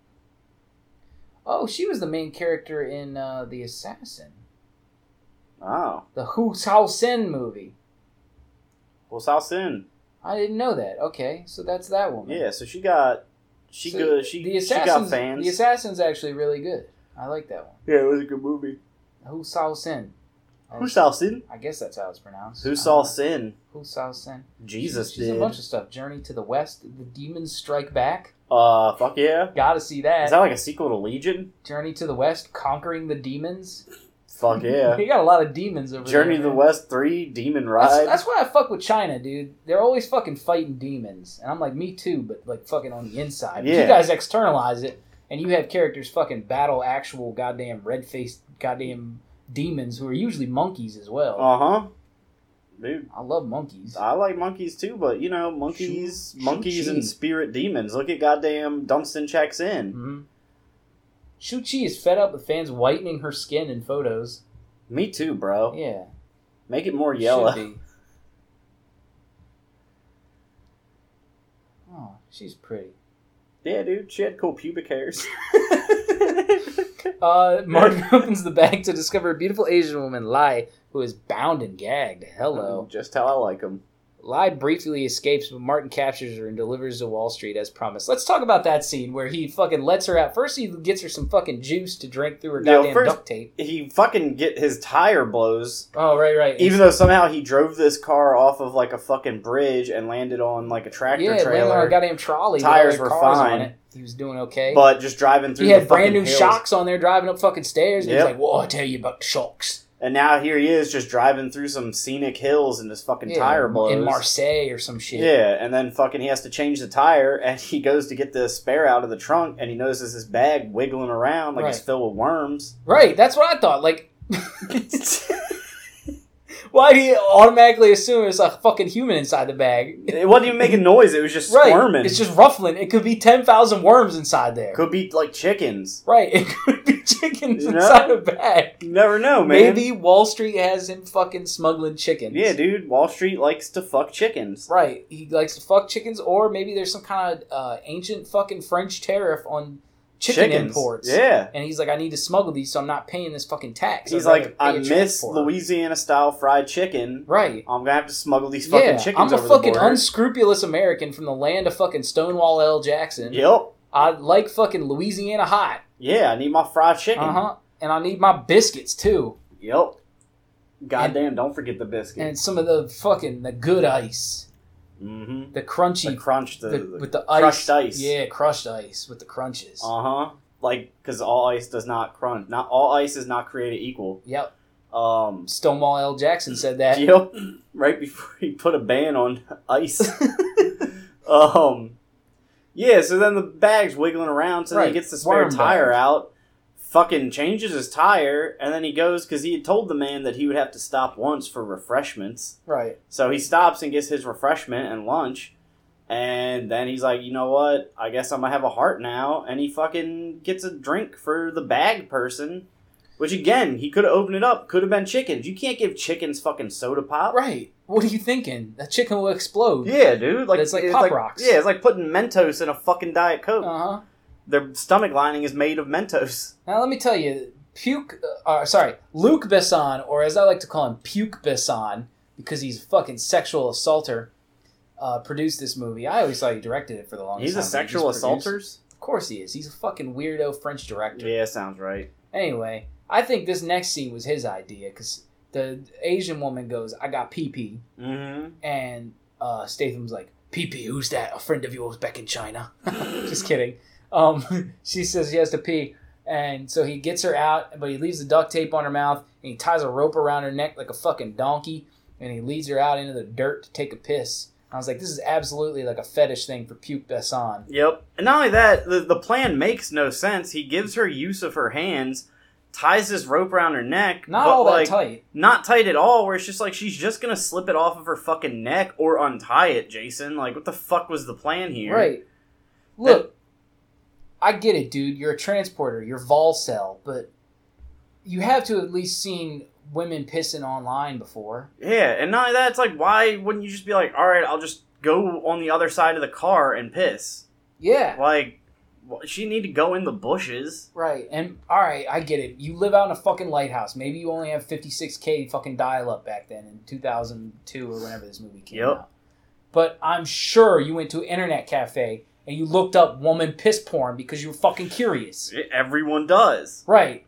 oh, she was the main character in uh, The Assassin,
Oh,
the Hu Cao Sen movie.
well, South Sin.
I didn't know that. Okay, so that's that woman.
Yeah, so she got she
So
good. She
the
she
assassin's
got fans.
The assassin's actually really good. I like that one.
yeah, it was a good movie.
Hu Sao Sin. Oh,
Who saw sin?
I guess that's how it's pronounced.
Who saw
Sin?
sin?
Who saw Sin?
Jesus
Uh, she's, she's
did.
a bunch of stuff. Journey to the West, The Demons Strike Back.
Uh, fuck yeah.
Gotta see that.
Is that like a sequel to Legion?
Journey to the West, Conquering the Demons.
Fuck
[LAUGHS]
yeah.
you got a lot of demons over there.
Journey to the
man.
West 3, Demon Ride.
That's, that's why I fuck with China, dude. They're always fucking fighting demons, and I'm like, me too, but like fucking on the inside. But
Yeah.
You guys externalize it, and you have characters fucking battle actual goddamn red faced goddamn demons who are usually monkeys as well.
Uh huh. Dude,
I love monkeys.
I like monkeys too, but you know, monkeys,
Shoo-
monkeys,
shoo-chee.
and spirit demons. Look at goddamn Dunstan checks in.
hmm Shu Chi is fed up with fans whitening her skin in photos.
Me too, bro.
Yeah.
Make it more
should
yellow.
be. Oh, she's pretty.
[LAUGHS] Yeah, dude, she had cool pubic hairs. [LAUGHS]
Uh, Martin opens the bag to discover a beautiful Asian woman, Lai, who is bound and gagged. Hello.
Just how I like them.
Lai briefly escapes, but Martin captures her and delivers to Wall Street as promised. Let's talk about that scene where he fucking lets her out. First, he gets her some fucking juice to drink through her
No,
goddamn
first-
duct tape.
He fucking get his tire blows
Oh, right, right.
Even though somehow he drove this car off of like a fucking bridge and landed on like a tractor
yeah, landed on
trailer,
a goddamn trolley. with
Tires
other
were
cars on
fine.
it. He was doing okay.
but just driving through.
he
the
had brand
fucking
new
hills.
shocks on there driving up fucking stairs. And
Yep.
He was like, "Whoa, I tell you about the shocks."
and now here he is just driving through some scenic hills and his fucking
Yeah,
tire blows.
in Marseille or some shit.
Yeah, and then fucking he has to change the tire, and he goes to get the spare out of the trunk, and he notices his bag wiggling around like it's
Right.
filled with worms.
Right. That's what I thought. Like, Why do you automatically assume it's a fucking human inside the bag?
It wasn't even making noise. It was just
Right.
squirming.
It's just ruffling. It could be 10,000 worms inside there.
could be like chickens.
Right. [LAUGHS] It could be chickens
You know?
inside a bag.
You never know, man.
Maybe Wall Street has him fucking smuggling chickens.
Yeah, dude. Wall Street likes to fuck chickens.
Right. He likes to fuck chickens, or maybe there's some kind of uh, ancient fucking French tariff on chicken
chickens.
imports.
Yeah.
And he's like, I need to smuggle these, so I'm not paying this fucking tax.
He's
I'd rather
like,
pay
I
a
miss
transport."
Louisiana style fried chicken.
Right.
I'm gonna have to smuggle these fucking
yeah,
chickens
I'm a
over
fucking
the border.
unscrupulous American from the land of fucking Stonewall L. Jackson.
yep.
I like fucking Louisiana hot.
Yeah, I need my fried chicken.
Uh huh. And I need my biscuits too,
Yep. Goddamn! don't forget the
and
biscuit.
some of the fucking the good ice,
Mm-hmm.
the
The
crunchy,
crunch, the,
the, with the ice,
crushed ice.
Yeah, crushed ice with the crunches.
Uh huh. Like, because all ice does not crunch. Not all ice is not created equal.
yep.
Um.
Stonewall L. Jackson said that.
Yep. [CLEARS THROAT] Right before he put a ban on ice. um. Yeah. So then the bag's wiggling around. So then
Right,
he gets the spare
worm
tire
bag.
out. Fucking changes his tire, and then he goes because he had told the man that he would have to stop once for refreshments.
Right.
So he stops and gets his refreshment and lunch. And then he's like, you know what? I guess I'm going to have a heart now. And he fucking gets a drink for the bag person. Which, again, he could have opened it up. Could have been chickens. You can't give chickens fucking soda pop.
Right. What are you thinking? That chicken will explode.
Yeah, dude. Like,
It's like Pop Rocks.
Yeah, it's like putting Mentos in a fucking Diet Coke.
Uh huh.
Their stomach lining is made of Mentos.
Now let me tell you, puke. Uh, uh, sorry, Luke Besson, or as I like to call him, Puke Besson, because he's a fucking sexual assaulter. Uh, produced this movie. I always thought he directed it for the longest
He's
time.
a
but he
sexual
just produced-
assaulter?
Of course he is. He's a fucking weirdo French director.
Yeah, sounds right.
Anyway, I think this next scene was his idea because the Asian woman goes, "I got pee pee,"
Mm-hmm.
and uh, Statham's like, "Pee pee, who's that? A friend of yours back in
[LAUGHS]
China?" Just kidding. Um, [LAUGHS] she says he has to pee, and so he gets her out, but he leaves the duct tape on her mouth, and he ties a rope around her neck like a fucking donkey, and he leads her out into the dirt to take a piss. I was like, this is absolutely like a fetish thing for puke Besson.
Yep. And not only that, the, the plan makes no sense. He gives her use of her hands, ties this rope around her neck.
Not
but,
all
like,
that tight.
Not tight at all, where it's just like she's just going to slip it off of her fucking neck or untie it, Jason. Like, what the fuck was the plan here?
Right. Look, I get it, dude. You're a transporter. You're vol cell, but you have to at least seen women pissing online before.
Yeah. And not only that, it's like, why wouldn't you just be like, all right, I'll just go on the other side of the car and piss?
Yeah.
Like, wh- she need to go in the bushes.
Right. And all right, I get it. You live out in a fucking lighthouse. Maybe you only have 56k fucking dial up back then in 2002 or whenever this movie came
Yep.
out. But I'm sure you went to an internet cafe and you looked up woman piss porn because you were fucking curious.
E- Everyone does.
Right.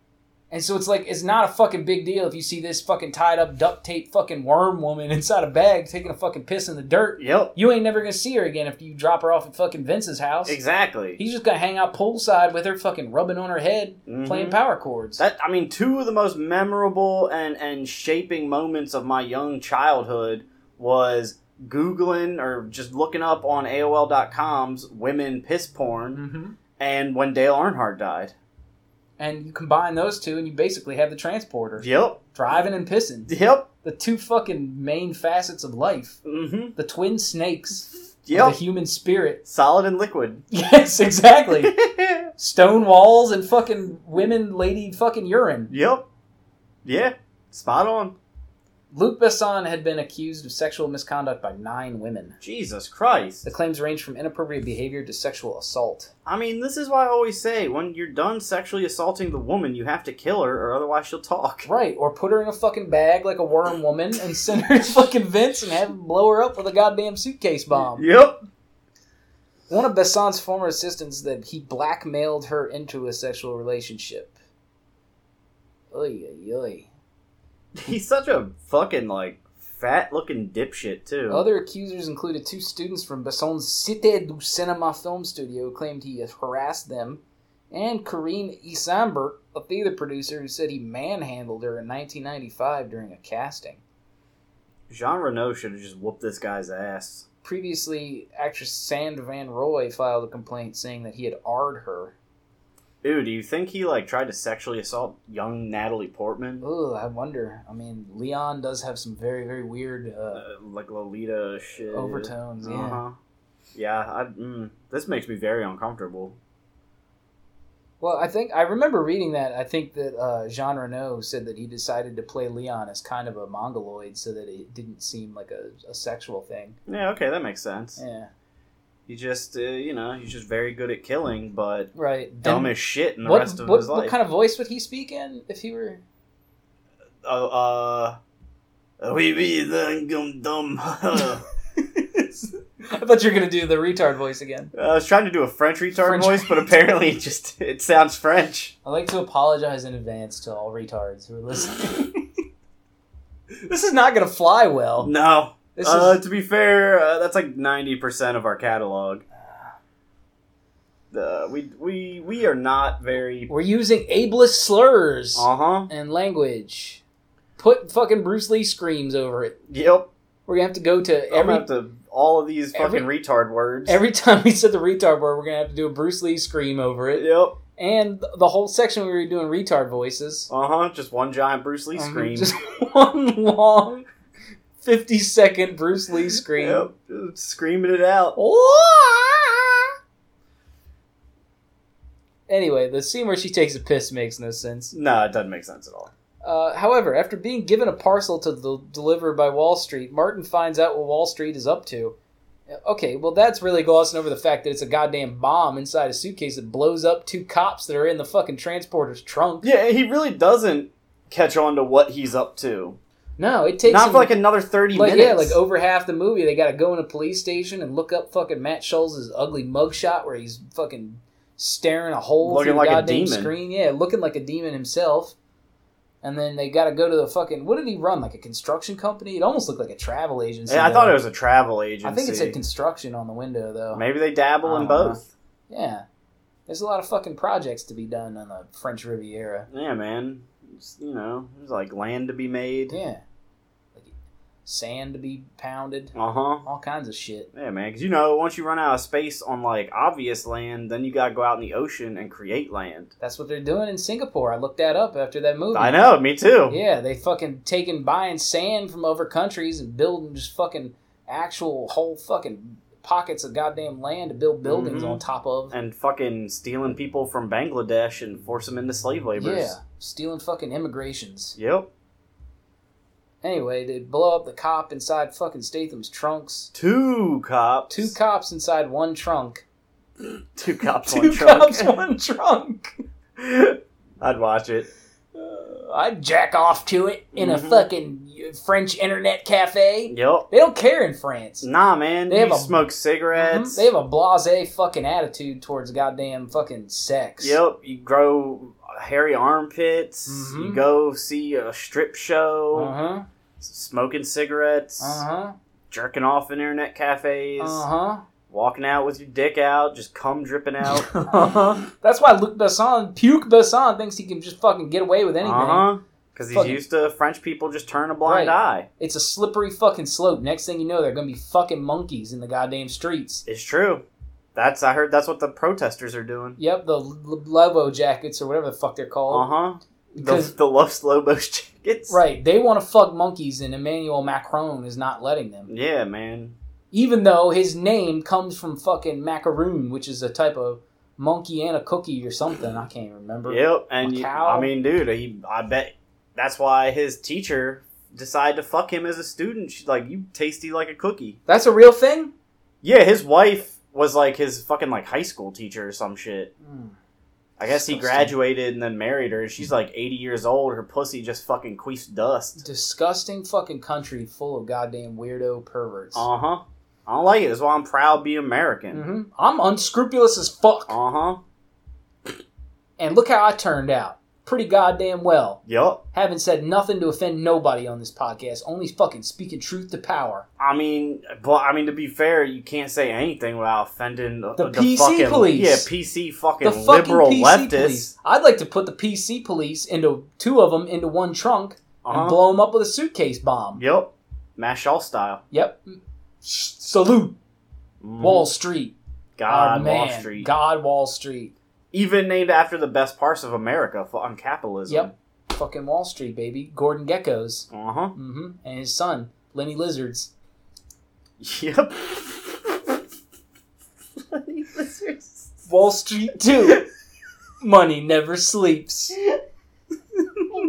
And so it's like it's not a fucking big deal if you see this fucking tied up duct tape fucking worm woman [LAUGHS] inside a bag taking a fucking piss in the dirt.
Yep.
You ain't never going to see her again if you drop her off at fucking Vince's house.
Exactly.
He's just going to hang out poolside with her fucking rubbing on her head playing
Mhm.
power chords.
That I mean, two of the most memorable and and shaping moments of my young childhood was googling or just looking up on AOL.com's women piss porn,
Mm-hmm.
and when Dale Earnhardt died.
And you combine those two, and you basically have the transporter
Yep,
driving and pissing.
yep,
The two fucking main facets of life.
mm-hmm,
The twin snakes. of
yep.
The human spirit. [LAUGHS]
Solid and liquid. [LAUGHS]
Yes, exactly.
yep,
Stone walls and fucking women, lady, fucking urine.
yeah, spot on.
Luc Besson had been accused of sexual misconduct by nine women.
Jesus Christ.
The claims range from inappropriate behavior to sexual assault.
I mean, this is why I always say when you're done sexually assaulting the woman, you have to kill her, or otherwise she'll talk. [LAUGHS]
Right, or put her in a fucking bag like a worm woman and send her to fucking Vince and have him blow her up with a goddamn suitcase bomb.
Yep.
One of Besson's former assistants that he blackmailed her into a sexual relationship. Oy, oy, oy.
[LAUGHS] He's such a fucking like fat looking dipshit too.
Other accusers included two students from Besson's Cité du Cinema film studio who claimed he had harassed them, and Karine Isambert, a theater producer who said he manhandled her in 1995 during a casting.
Jean Reno should have just whooped this guy's ass.
Previously, actress Sand Van Roy filed a complaint saying that he had R'd her.
Ew, do you think he like tried to sexually assault young Natalie Portman?
Oh, I wonder. I mean, Leon does have some very, very weird
Uh,
uh,
like Lolita shit.
overtones. Yeah.
Uh, Uh-huh. Yeah, I, mm, this makes me very uncomfortable.
Well, I think I remember reading that. I think that uh, Jean Reno said that he decided to play Leon as kind of a mongoloid so that it didn't seem like a, a sexual thing.
Yeah, okay, that makes sense.
Yeah.
He just, uh, you know, he's just very good at killing, but
Right.
dumb
And
as shit in the
what,
rest of
what,
his
what
life.
kind of voice would he speak in if he were?
uh, uh, we be then gum dumb.
[LAUGHS]
[LAUGHS] I
I thought you were gonna do the retard voice again.
was trying to do a French retard
French
voice, but apparently it just it sounds French.
I like to apologize in advance to all retards who are listening.
[LAUGHS]
this is not gonna fly well.
No,
This
uh,
is
to be fair, uh, that's like ninety percent of our catalog. Uh, we we we are not very.
we're using ableist slurs
Uh huh.
and language. Put fucking Bruce Lee screams over it.
Yep.
We're gonna have to go to
I'm gonna
every
have to all of these
every-
fucking retard words.
Every time we said the retard word, we're gonna have to do a Bruce Lee scream over it,
yep.
and the whole section we were doing retard voices.
Uh huh. Just one giant Bruce Lee
Um,
scream.
just [LAUGHS] one long, fifty-second Bruce
[LAUGHS]
Lee scream.
Yep, just screaming it out.
Anyway, the scene where she takes a piss makes no sense.
No, it doesn't make sense at all.
Uh, however, after being given a parcel to del- deliver by Wall Street, Martin finds out what Wall Street is up to. Okay, well, that's really glossing over the fact that it's a goddamn bomb inside a suitcase that blows up two cops that are in the fucking transporter's trunk.
Yeah, he really doesn't catch on to what he's up to.
No, it takes
Not
him-
for like another thirty
like
minutes.
yeah, like over half the movie, they got to go in a police station and look up fucking Matt Schulz's ugly mugshot where he's fucking staring a hole
Looking
through the
like a
goddamn
demon.
screen. Yeah, looking like a demon himself. And then they got to go to the fucking. What did he run? Like a construction company? It almost looked like a travel agency.
Yeah, I thought
though.
it was a travel agency.
I think it said construction on the window though.
maybe they dabble
I
in
don't know.
both.
Yeah, there's a lot of fucking projects to be done on the French Riviera.
Yeah, man. It's, you know, there's like land to be made.
Yeah, like sand to be pounded,
Uh huh.
all kinds of shit.
Yeah, man. Because you know, once you run out of space on like obvious land, then you gotta go out in the ocean and create land.
That's what they're doing in Singapore. I looked that up after that movie.
I know. Me too.
Yeah, they fucking taking buying sand from other countries and building just fucking actual whole fucking pockets of goddamn land to build buildings
Mhm.
on top of.
and fucking stealing people from Bangladesh and force them into slave
Yeah,
labors.
stealing fucking immigrations.
Yep.
Anyway, they blow up the cop inside fucking Statham's trunks.
Two cops.
Two cops inside one trunk.
[LAUGHS] Two
[LAUGHS]
cops.
Two
one trunk. [LAUGHS]
cops, one trunk.
I'd watch it.
Uh, I'd jack off to it in a
Mhm.
fucking French internet cafe.
Yep.
They don't care in France.
Nah, man.
They
you
have a-
smoke
Mhm.
cigarettes.
They have a blase fucking attitude towards goddamn fucking sex.
Yep. You grow hairy armpits.
Mhm.
You go see a strip show.
Uh huh.
Smoking cigarettes.
Uh huh.
Jerking off in internet cafes.
Uh
Walking out with your dick out. Just cum dripping
[LAUGHS]
out.
huh. Oh. That's why Luc Besson, Puke Besson, thinks he can just fucking get away with anything.
Uh-huh. Because he's
Fucking-
used to French people just turn a blind
Right.
eye.
It's a slippery fucking slope. Next thing you know, they're gonna be fucking monkeys in the goddamn streets.
It's true. That's I heard. That's what the protesters are doing.
Yep, the l- l- Lobo jackets or whatever the fuck they're
Uh
called.
huh. The
Because-
the Los Lobos [LAUGHS] jackets.
Right, they want to fuck monkeys, and Emmanuel Macron is not letting them.
Yeah, man.
Even though his name comes from fucking macaroon, which is a type of monkey and a cookie or something. I can't remember.
Yep. And you,
Macau.
I mean, dude, he. I bet that's why his teacher decided to fuck him as a student. She's like, "You tasty like a cookie."
That's a real thing?
Yeah, his wife was like his fucking like high school teacher or some shit. I guess he
Disgusting.
graduated and then married her. She's like eighty years old. Her pussy just fucking queefs dust.
disgusting fucking country full of goddamn weirdo perverts.
Uh huh. I don't like it. That's why I'm proud to be American.
hmm I'm unscrupulous as fuck.
Uh huh.
And look how I turned out. Pretty goddamn well.
Yup.
Haven't said nothing to offend nobody on this podcast, only fucking speaking truth to power.
I mean, but I mean to be fair, you can't say anything without offending the,
The PC
fucking,
police.
Yeah, PC fucking
the fucking
liberal
PC
leftists.
police. I'd like to put the PC police into two of them into one trunk
Uh-huh.
and blow them up with a suitcase bomb.
yep, Mashal style.
Yep. Sh- Salute
Mm.
Wall Street.
God,
Our
Wall
man.
Street.
God Wall Street.
Even named after the best parts of America fu- on capitalism.
Yep. Fucking Wall Street, baby. Gordon Geckos.
Uh [LAUGHS] huh.
hmm And his son, Lenny Lizards.
Yep. Bloody
[LAUGHS]
lizards.
Wall Street [LAUGHS] too. Money never sleeps.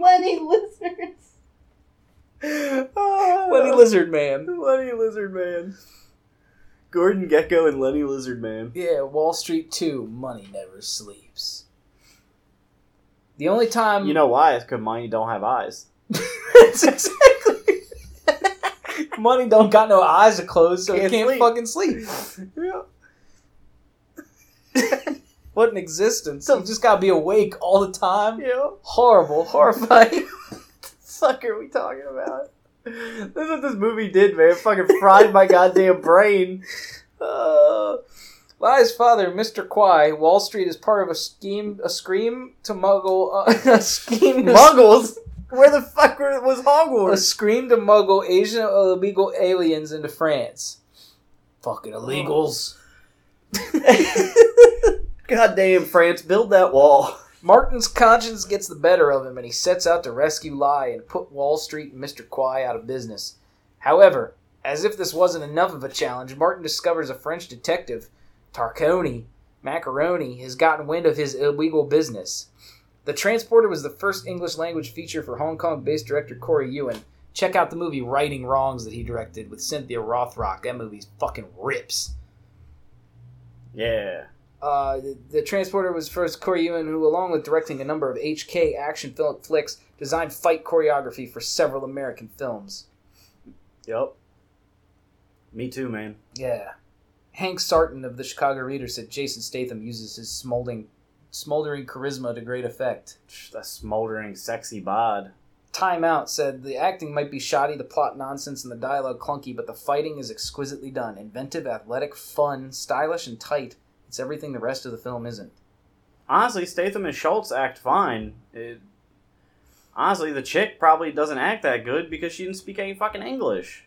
Lenny lizards.
Ah,
Lenny Lizard Man.
Lenny Lizard Man. Gordon Gecko and Lenny Lizard Man.
Yeah, Wall Street too. Money never sleeps. The only time [LAUGHS]
You know why? It's because mine don't have eyes.
That's exactly. [LAUGHS] Money don't got no eyes to close, so it
Can't
can't
sleep.
fucking sleep.
Yeah. [LAUGHS]
What an existence! You just gotta be awake all the time.
Yeah.
Horrible, horrifying. [LAUGHS]
Sucker, we talking about. That's what this movie did, man. It fucking fried my
[LAUGHS]
goddamn brain. Uh,
Lai's father, Mr. Quai, Wall Street is part of a scheme, a scream to muggle, uh, [LAUGHS] a scheme to
Muggles? Where the fuck were-
[LAUGHS]
was
a
[LAUGHS] Hogwarts?
scream to muggle Asian illegal aliens into France. Fucking illegals.
Goddamn France, build that wall.
Martin's conscience gets the better of him and he sets out to rescue Lai and put Wall Street and Mr. Quai out of business. However, as if this wasn't enough of a challenge, Martin discovers a French detective, Tarconi Macaroni, has gotten wind of his illegal business. The Transporter was the first English language feature for Hong Kong based director Corey Ewan. Check out the movie Righting Wrongs that he directed with Cynthia Rothrock. That movie's fucking rips.
Yeah.
Uh, the, the transporter was first Corey Ewan, who, along with directing a number of HK action film flicks, designed fight choreography for several American films.
Yep. Me too, man.
Yeah. Hank Sarton of the Chicago Reader said Jason Statham uses his smoldering, smoldering charisma to great effect.
That smoldering, sexy bod.
Time Out said the acting might be shoddy, the plot nonsense, and the dialogue clunky, but the fighting is exquisitely done. Inventive, athletic, fun, stylish, and tight. It's everything the rest of the film isn't.
Honestly, Statham and Schultz act fine. It, honestly, the chick probably doesn't act that good because she didn't speak any fucking English.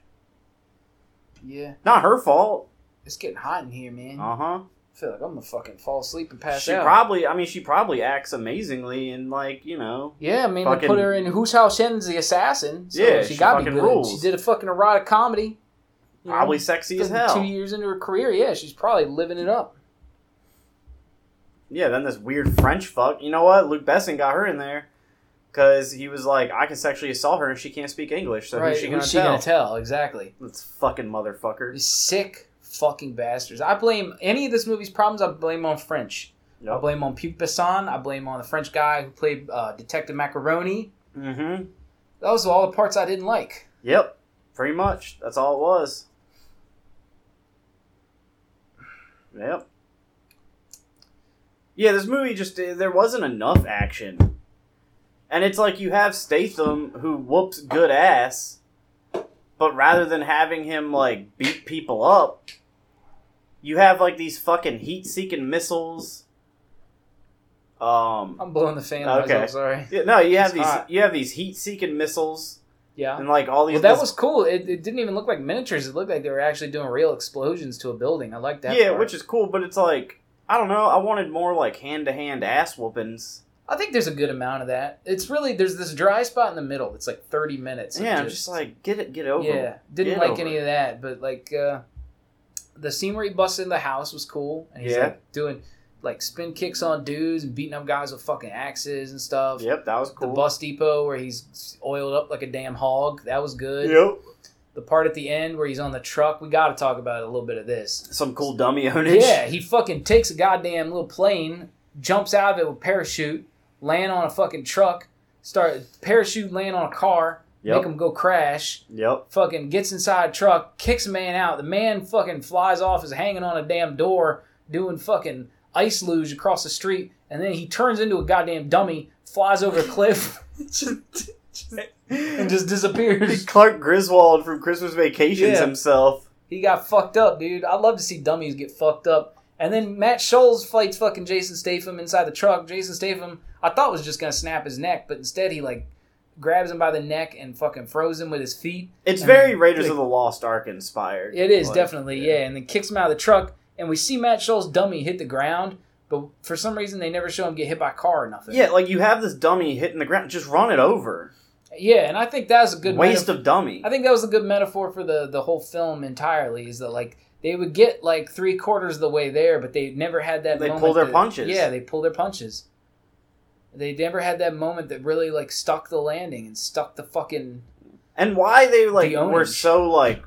Yeah.
Not her fault.
It's getting hot in here, man.
Uh huh.
I feel like I'm gonna fucking fall asleep and pass
She
out.
probably, I mean, she probably acts amazingly and like you know,
Yeah, I mean,
Fucking-
they put her in Who's House Shen's the Assassin. So
Yeah,
she,
she
got me
fucking
good.
rules.
She did a fucking erotic comedy. you know,
probably sexy as
fucking
hell.
Two years into her career, yeah, she's probably living it up.
Yeah. Then this weird French fuck. You know what? Luke Besson got her in there because he was like, I can sexually assault her and she can't speak English, so
right?
who's she gonna
Who's she
tell?
gonna tell? Exactly.
That's fucking motherfucker.
These sick fucking bastards. I blame any of this movie's problems. I blame on French. I
Yep.
blame on Puke Basson. I blame on the French guy who played uh, Detective Macaroni.
Mm-hmm.
Those are all the parts I didn't like.
Yep. Pretty much. That's all it was. Yep. Yeah, this movie just there wasn't enough action, and it's like you have Statham who whoops good ass, but rather than having him like beat people up, you have like these fucking heat-seeking missiles. Um.
I'm blowing the fan. on
Okay.
myself, sorry.
yeah, no, you have
It's
these
hot.
you have these heat-seeking missiles
Yeah.
and like all these.
Well, that
this-
was cool. It, it didn't even look like miniatures. It looked like they were actually doing real explosions to a building. I like that.
yeah,
part.
which is cool, but it's like I don't know. I wanted more like hand to hand ass whoopings.
I think there's a good amount of that. It's really there's this dry spot in the middle. It's like 30 minutes. of
yeah, I'm just like get it, get over.
yeah,
it.
didn't
Get
like
over
any of that. But like uh, the scene where he busts in the house was cool, and he's
Yeah.
like doing like spin kicks on dudes and beating up guys with fucking axes and stuff.
Yep, that was
The
cool.
bus depot where he's oiled up like a damn hog. That was good.
Yep,
The part at the end where he's on the truck. We got to talk about a little bit of this.
some cool dummy ownage.
Yeah, he fucking takes a goddamn little plane, jumps out of it with parachute, land on a fucking truck, start parachute land on a car,
Yep.
make him go crash. [LAUGHS]
Yep.
Fucking gets inside a truck, kicks a man out. The man fucking flies off, is hanging on a damn door, doing fucking ice luge across the street, and then he turns into a goddamn dummy, flies over a cliff, [LAUGHS]
[LAUGHS]
and just disappears.
Clark Griswold from Christmas Vacations
Yeah.
himself.
He got fucked up, dude. I love to see dummies get fucked up. And then Matt Scholes fights fucking Jason Statham inside the truck. Jason Statham, I thought was just gonna snap his neck, but instead he like grabs him by the neck and fucking throws him with his feet.
It's
And-
very Raiders of the Lost Ark inspired.
It is
Like,
definitely yeah. And then kicks him out of the truck, and we see Matt Scholes dummy hit the ground. But for some reason, they never show him get hit by a car or nothing.
Yeah, like you have this dummy hitting the ground, just run it over.
yeah, and I think that was a good
Waste
metaf-
of dummy.
I think that was a good metaphor for the the whole film entirely. Is that like they would get like three quarters of the way there, but they never had that.
They
moment
pull their
that-
punches.
Yeah, they pull their punches. They never had that moment that really like stuck the landing and stuck the fucking
and why they like
The
were
ownage.
so like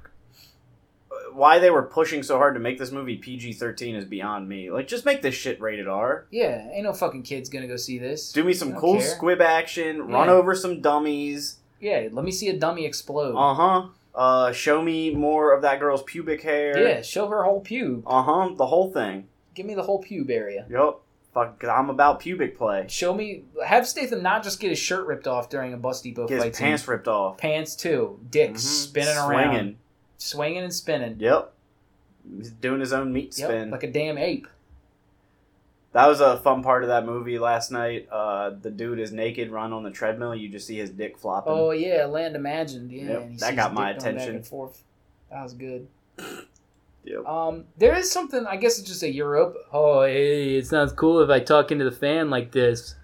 why they were pushing so hard to make this movie PG-13 is beyond me. Like just make this shit rated R.
yeah. Ain't no fucking kids gonna go see this.
Do me some
Don't
cool
care.
squib action, run
Yeah.
over some dummies.
Yeah, let me see a dummy explode.
Uh-huh. Uh show me more of that girl's pubic hair.
yeah, show her whole pube.
Uh-huh, the whole thing.
Give me the whole pube area.
Yep. Fuck, 'cause I'm about pubic play.
Show me. Have Statham not just get his shirt ripped off during a Bus Depot
Get
fight.
his
scene.
pants ripped off.
pants too. Dick
Mhm.
spinning around,
Swinging.
swinging and spinning.
Yep. He's doing his own meat
Yep,
spin.
like a damn ape.
That was a fun part of that movie last night. Uh, the dude is naked, run on the treadmill. You just see his dick flopping.
Oh yeah, land imagined. Yeah,
Um, Yep,
and he
that
sees
got
dick
my
going back
attention.
and forth. That was good.
Yep.
Um, there is something. I guess it's just a Europe. Oh, hey, it sounds cool if I talk into the fan like this.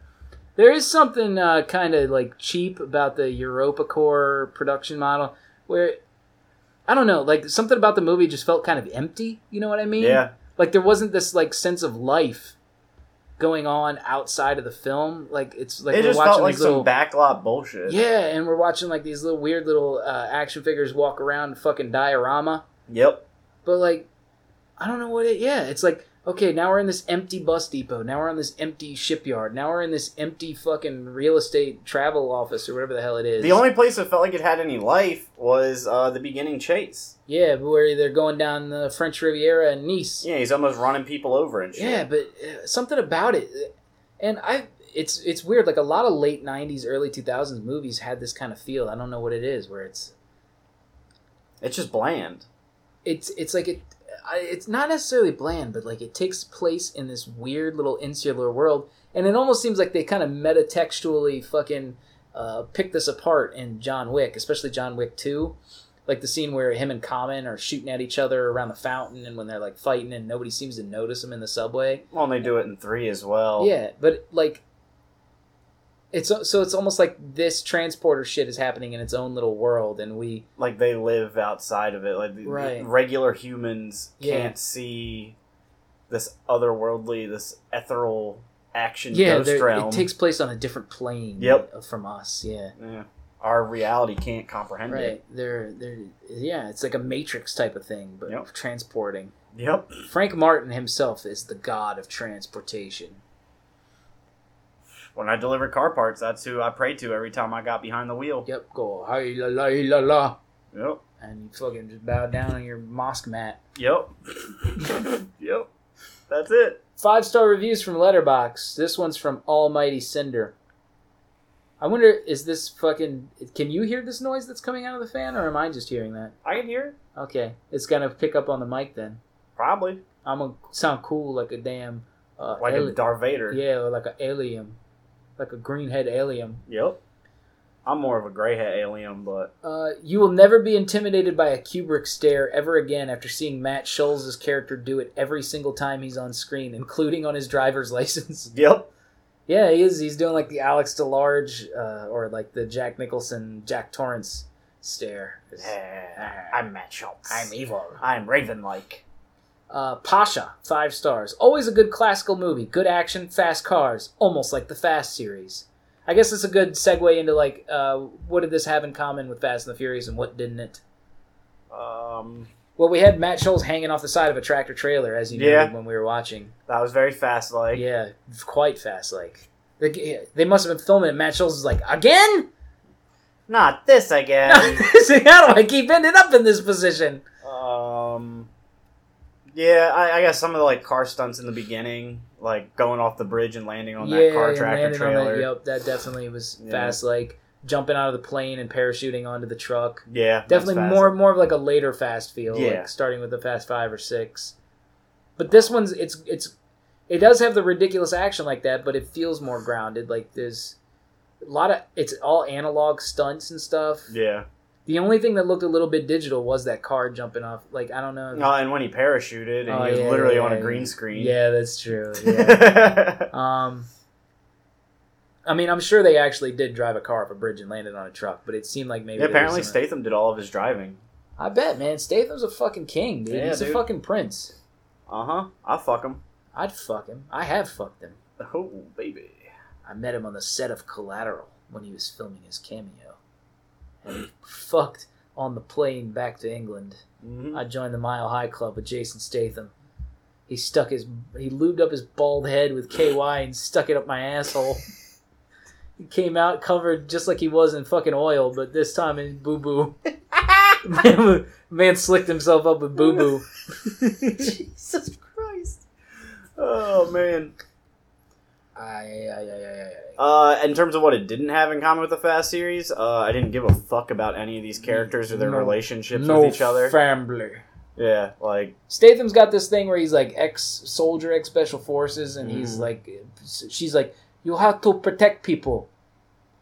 There is something uh, kind of like cheap about the Europa Core production model, where I don't know, like something about the movie just felt kind of empty. You know what I mean?
yeah,
like there wasn't this like sense of life going on outside of the film like it's like
it
we're
just
watching
felt like
these little
some backlot bullshit.
yeah and we're watching like these little weird little uh, action figures walk around fucking diorama
Yep.
but like i don't know what it yeah it's like okay now we're in this empty bus depot now we're on this empty shipyard now we're in this empty fucking real estate travel office or whatever the hell it is
The only place that felt like it had any life was uh, the beginning chase.
yeah where they're going down the french riviera and nice
Yeah, he's almost running people over and shit.
Yeah, but uh, something about it, uh, and I it's it's weird. Like a lot of late '90s, early 2000s movies had this kind of feel. I don't know what it is, where it's
It's just bland.
it's it's like it I- it's not necessarily bland, but like it takes place in this weird little insular world, and it almost seems like they kind of metatextually fucking uh, pick this apart in John Wick, especially John Wick Two. Like the scene where him and Common are shooting at each other around the fountain, and when they're like fighting, and nobody seems to notice them in the subway.
Well, and they do it in three as well.
Yeah, but like, it's so it's almost like this transporter shit is happening in its own little world, and we
like they live outside of it. Like the- the
Right.
regular humans
Yeah.
can't see this otherworldly, this ethereal action
yeah,
ghost
there-
realm.
it takes place on a different plane.
Yep.
from us. Yeah,
yeah. Our reality can't comprehend it.
right. They're they're yeah, it's like a matrix type of thing, but
Yep.
transporting.
Yep.
Frank Martin himself is the god of transportation.
When I deliver car parts, that's who I pray to every time I got behind the wheel.
Yep, go hi la la la la,
Yep.
and you fucking just bow down on your mosque mat.
Yep. [LAUGHS] yep. That's it.
Five star reviews from Letterbox. This one's from Almighty Cinder. I wonder, is this fucking? Can you hear this noise that's coming out of the fan, or am I just hearing that?
I can hear it.
Okay, it's gonna pick up on the mic then.
Probably.
I'm gonna sound cool like a damn, uh,
Like
ali-
a Darth Vader.
yeah, or like a alien, like a greenhead alien.
Yep. I'm more of a gray hat alien, but
Uh, you will never be intimidated by a Kubrick stare ever again after seeing Matt Scholes' character do it every single time he's on screen, including on his driver's [LAUGHS] license.
yep.
Yeah, he is. He's doing like the Alex DeLarge uh, or like the Jack Nicholson, Jack Torrance stare.
I'm Matt Schultz.
evil.
I'm Raven like.
Uh, Pasha, five stars. Always a good classical movie. Good action, fast cars, almost like the Fast series. I guess it's a good segue into like uh, what did this have in common with Fast and the Furious and what didn't it?
Um,
Well, we had Matt Scholes hanging off the side of a tractor trailer, as you
Yeah.
noted when we were watching.
that was very fast like.
Yeah, quite fast. Like they, they must have been filming it. Matt Scholes is like again.
Not
[LAUGHS]
this again.
See, how do I keep ending up in this position?
um, yeah, I, I guess some of the like car stunts in the beginning, like going off the bridge and landing on that car
and
tractor
landing on that-
trailer.
Yep, that definitely was
Yeah.
fast. Like jumping out of the plane and parachuting onto the truck.
Yeah, that's
Definitely
fast.
more more of like a later fast feel.
Yeah.
Like starting with the fast five or six. But this one's it's it's it does have the ridiculous action like that, but it feels more grounded. Like there's a lot of it's all analog stunts and stuff.
Yeah,
The only thing that looked a little bit digital was that car jumping off. Like I don't know.
Oh, and when he parachuted, and
Oh,
he was
yeah,
literally
yeah,
on a
yeah.
green screen. [LAUGHS]
Yeah, that's true. Yeah.
Yeah.
um, I mean, I'm sure they actually did drive a car off a bridge and landed on a truck, but it seemed like maybe there was
apparently,
some-
Statham did all of his driving.
I bet, man. Statham's a fucking king, dude.
Yeah,
He's
dude.
a fucking prince.
Uh huh. I fuck him.
I'd fuck him. I have fucked him.
Oh baby.
I met him on the set of Collateral when he was filming his cameo. And we fucked on the plane back to England.
Mhm.
I joined the Mile High Club with Jason Statham. He stuck his he lubed up his bald head with KY and stuck it up my asshole. he came out covered just like he was in fucking oil, but this time in boo boo. man, [LAUGHS] man slicked himself up with boo boo.
Jesus Christ. Oh man.
Aye, aye, aye, aye, aye, aye.
Uh, in terms of what it didn't have in common with the Fast series, uh, I didn't give a fuck about any of these characters or their
No.
relationships
No
with each other.
Family.
yeah, like
Statham's got this thing where he's like ex soldier, ex special forces, and he's
Mhm.
like, she's like, you have to protect people.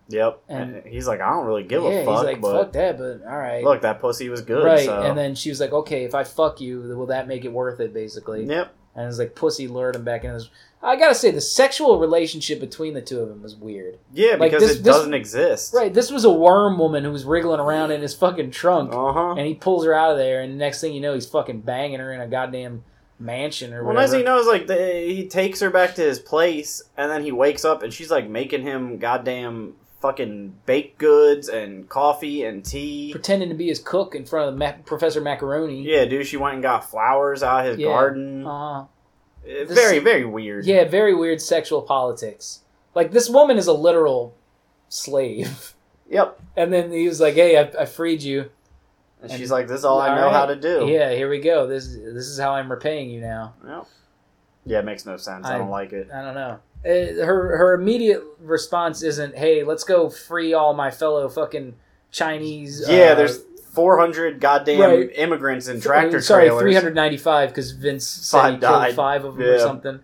yep.
And-
And he's like, I don't really give
yeah,
a fuck,
he's like,
but
fuck that, but all right,
look, that pussy was good.
right.
So.
And then she was like, okay, if I fuck you, will that make it worth it? Basically,
yep.
and it's like pussy lured him back in. His... I gotta say, the sexual relationship between the two of them was weird.
Yeah,
Like,
because
this-
it
this-
doesn't exist.
Right, this was a worm woman who was wriggling around in his fucking trunk,
Uh huh.
and he pulls her out of there, and next thing you know, he's fucking banging her in a goddamn mansion or
Well,
whatever.
next thing you know, is like the, he takes her back to his place, and then he wakes up, and she's like making him goddamn fucking baked goods and coffee and tea.
pretending to be his cook in front of Mac- Professor Macaroni.
Yeah, dude, she went and got flowers out of his
Yeah.
garden.
Uh,
Uh,
this-
very, very weird.
yeah, very weird sexual politics. Like this woman is a literal slave, [LAUGHS]
Yep.
and then he was like, "Hey, I, I freed you.
And,
And-
she's like, "This is all I know
Alright.
how to do."
Yeah, here we go. This this is how I'm repaying you now."
Yep. Yeah, it makes no sense. I,
I-
don't like it.
I don't know. Uh, her her immediate response isn't, "Hey, let's go free all my fellow fucking Chinese."
yeah,
uh,
there's 400 goddamn
Right.
immigrants in
th-
tractor
sorry,
trailers. [LAUGHS]
395 because Vince said
Five
he
died.
killed five of them
Yeah.
or something.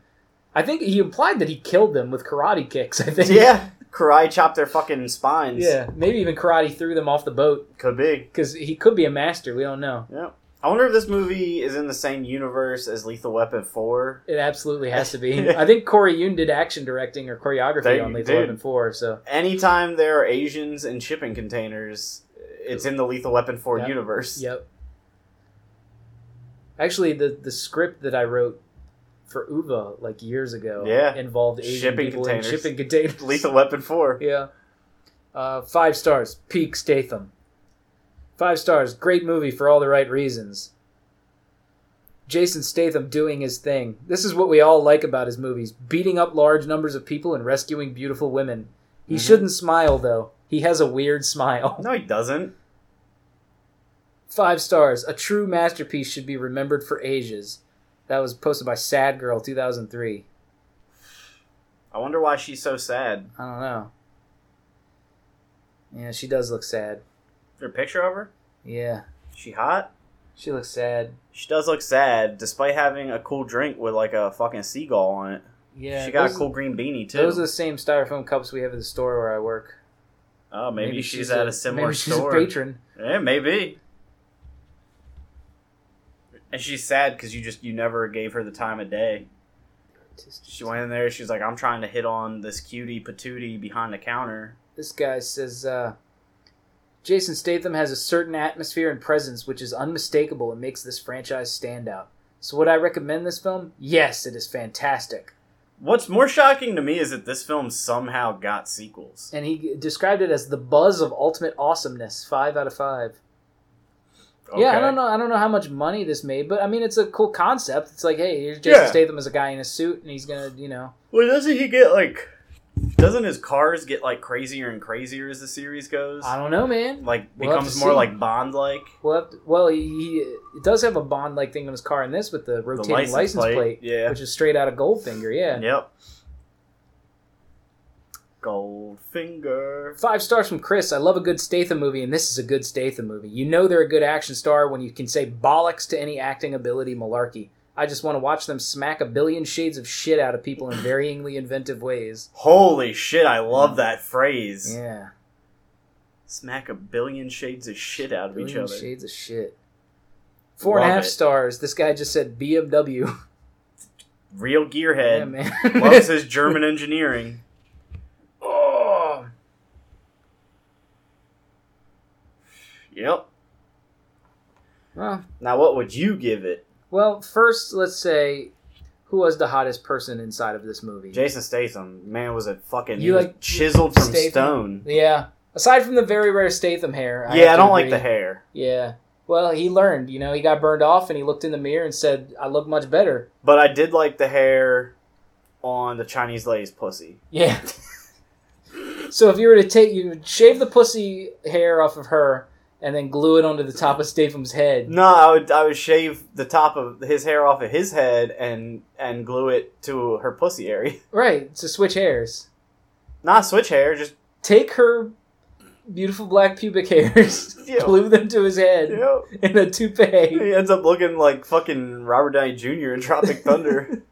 I think he implied that he killed them with karate kicks. I think.
Yeah, karate chopped their fucking spines.
Yeah, maybe even karate threw them off the boat
could be.
because he could be a master. We don't know.
Yep. I wonder if this movie is in the same universe as Lethal Weapon 4.
It absolutely has to
[LAUGHS]
be. I think Corey Yoon did action directing or choreography
They
on Lethal
did.
Weapon Four. So
Anytime there are Asians in shipping containers, it's in the Lethal Weapon 4
Yep.
universe.
yep. Actually, the the script that I wrote for Uva like years ago
Yeah.
involved Asian
Shipping
people
containers.
in shipping containers.
[LAUGHS] Lethal Weapon 4.
Yeah. Uh, five stars. Peak Statham. Five stars. Great movie for all the right reasons. Jason Statham doing his thing. This is what we all like about his movies beating up large numbers of people and rescuing beautiful women. He
Mhm.
shouldn't smile, though. He has a weird smile. [LAUGHS]
No, he doesn't.
Five stars. A true masterpiece should be remembered for ages. That was posted by Sad Girl 2003.
I wonder why she's so sad.
I don't know. Yeah, she does look sad.
Is there a picture of her?
Yeah,
Is she hot?
she looks sad.
She does look sad, despite having a cool drink with like a fucking seagull on it.
Yeah,
she got
those-
a cool green beanie too.
Those are the same styrofoam cups we have at the store where I work.
oh, maybe, she's, at a, similar
maybe she's
store.
a patron.
Yeah, maybe. And she's sad because you just you never gave her the time of day. She went in there. She's like, I'm trying to hit on this cutie patootie behind the counter.
This guy says, uh, Jason Statham has a certain atmosphere and presence which is unmistakable and makes this franchise stand out. So would I recommend this film? Yes, it is fantastic.
What's more shocking to me is that this film somehow got sequels.
And he described it as the buzz of ultimate awesomeness. Five out of five. Yeah, I
Okay.
don't know. I don't know how much money this made, but I mean, it's a cool concept. It's like, hey, here's Jason
Yeah.
Statham as a guy in a suit, and he's gonna, you know,
Well, doesn't he get like? Doesn't his cars get like crazier and crazier as the series goes?
I don't know, man.
Like
We'll have
becomes
to
more
see.
like Bond like.
Well, have to- well, he, he does have a Bond like thing on his car in this with the rotating
license
license,
plate,
plate,
yeah.
which is straight out of Goldfinger. Yeah,
Yep. Goldfinger.
five stars from Chris. I love a good Statham movie, and this is a good Statham movie. You know they're a good action star when you can say bollocks to any acting ability malarkey. I just want to watch them smack a billion shades of shit out of people in varyingly inventive ways.
Holy shit! I love that phrase.
Yeah,
Smack a billion shades of shit out of each
Billion
other.
Shades of shit. Four and a half
Love it.
stars. This guy just said BMW.
Real
Yeah,
gearhead.
man.
[LAUGHS] Loves his German engineering.
[LAUGHS] oh,
Yep.
well,
Now, what would you give it?
well, first let's say who was the hottest person inside of this movie?
Jason Statham, man, was a fucking
You
he was
like
chiseled from
Statham?
stone.
yeah. Aside from the very rare Statham hair. have
yeah,
to
I don't like
agree.
the hair,
Yeah. Well, he learned. You know, he got burned off, and he looked in the mirror and said, "I look much better."
but I did like the hair on the Chinese lady's pussy.
Yeah. [LAUGHS] so if you were to take, you would shave the pussy hair off of her and then glue it onto the top of Statham's head.
No, I would I would shave the top of his hair off of his head and and glue it to her pussy area. [LAUGHS]
Right. To switch hairs.
Not switch hair, just
Take her beautiful black pubic hairs, [LAUGHS]
Yeah.
glue them to his head
you know,
in a toupee.
he ends up looking like fucking Robert Downey Jr. in Tropic
[LAUGHS]
Thunder.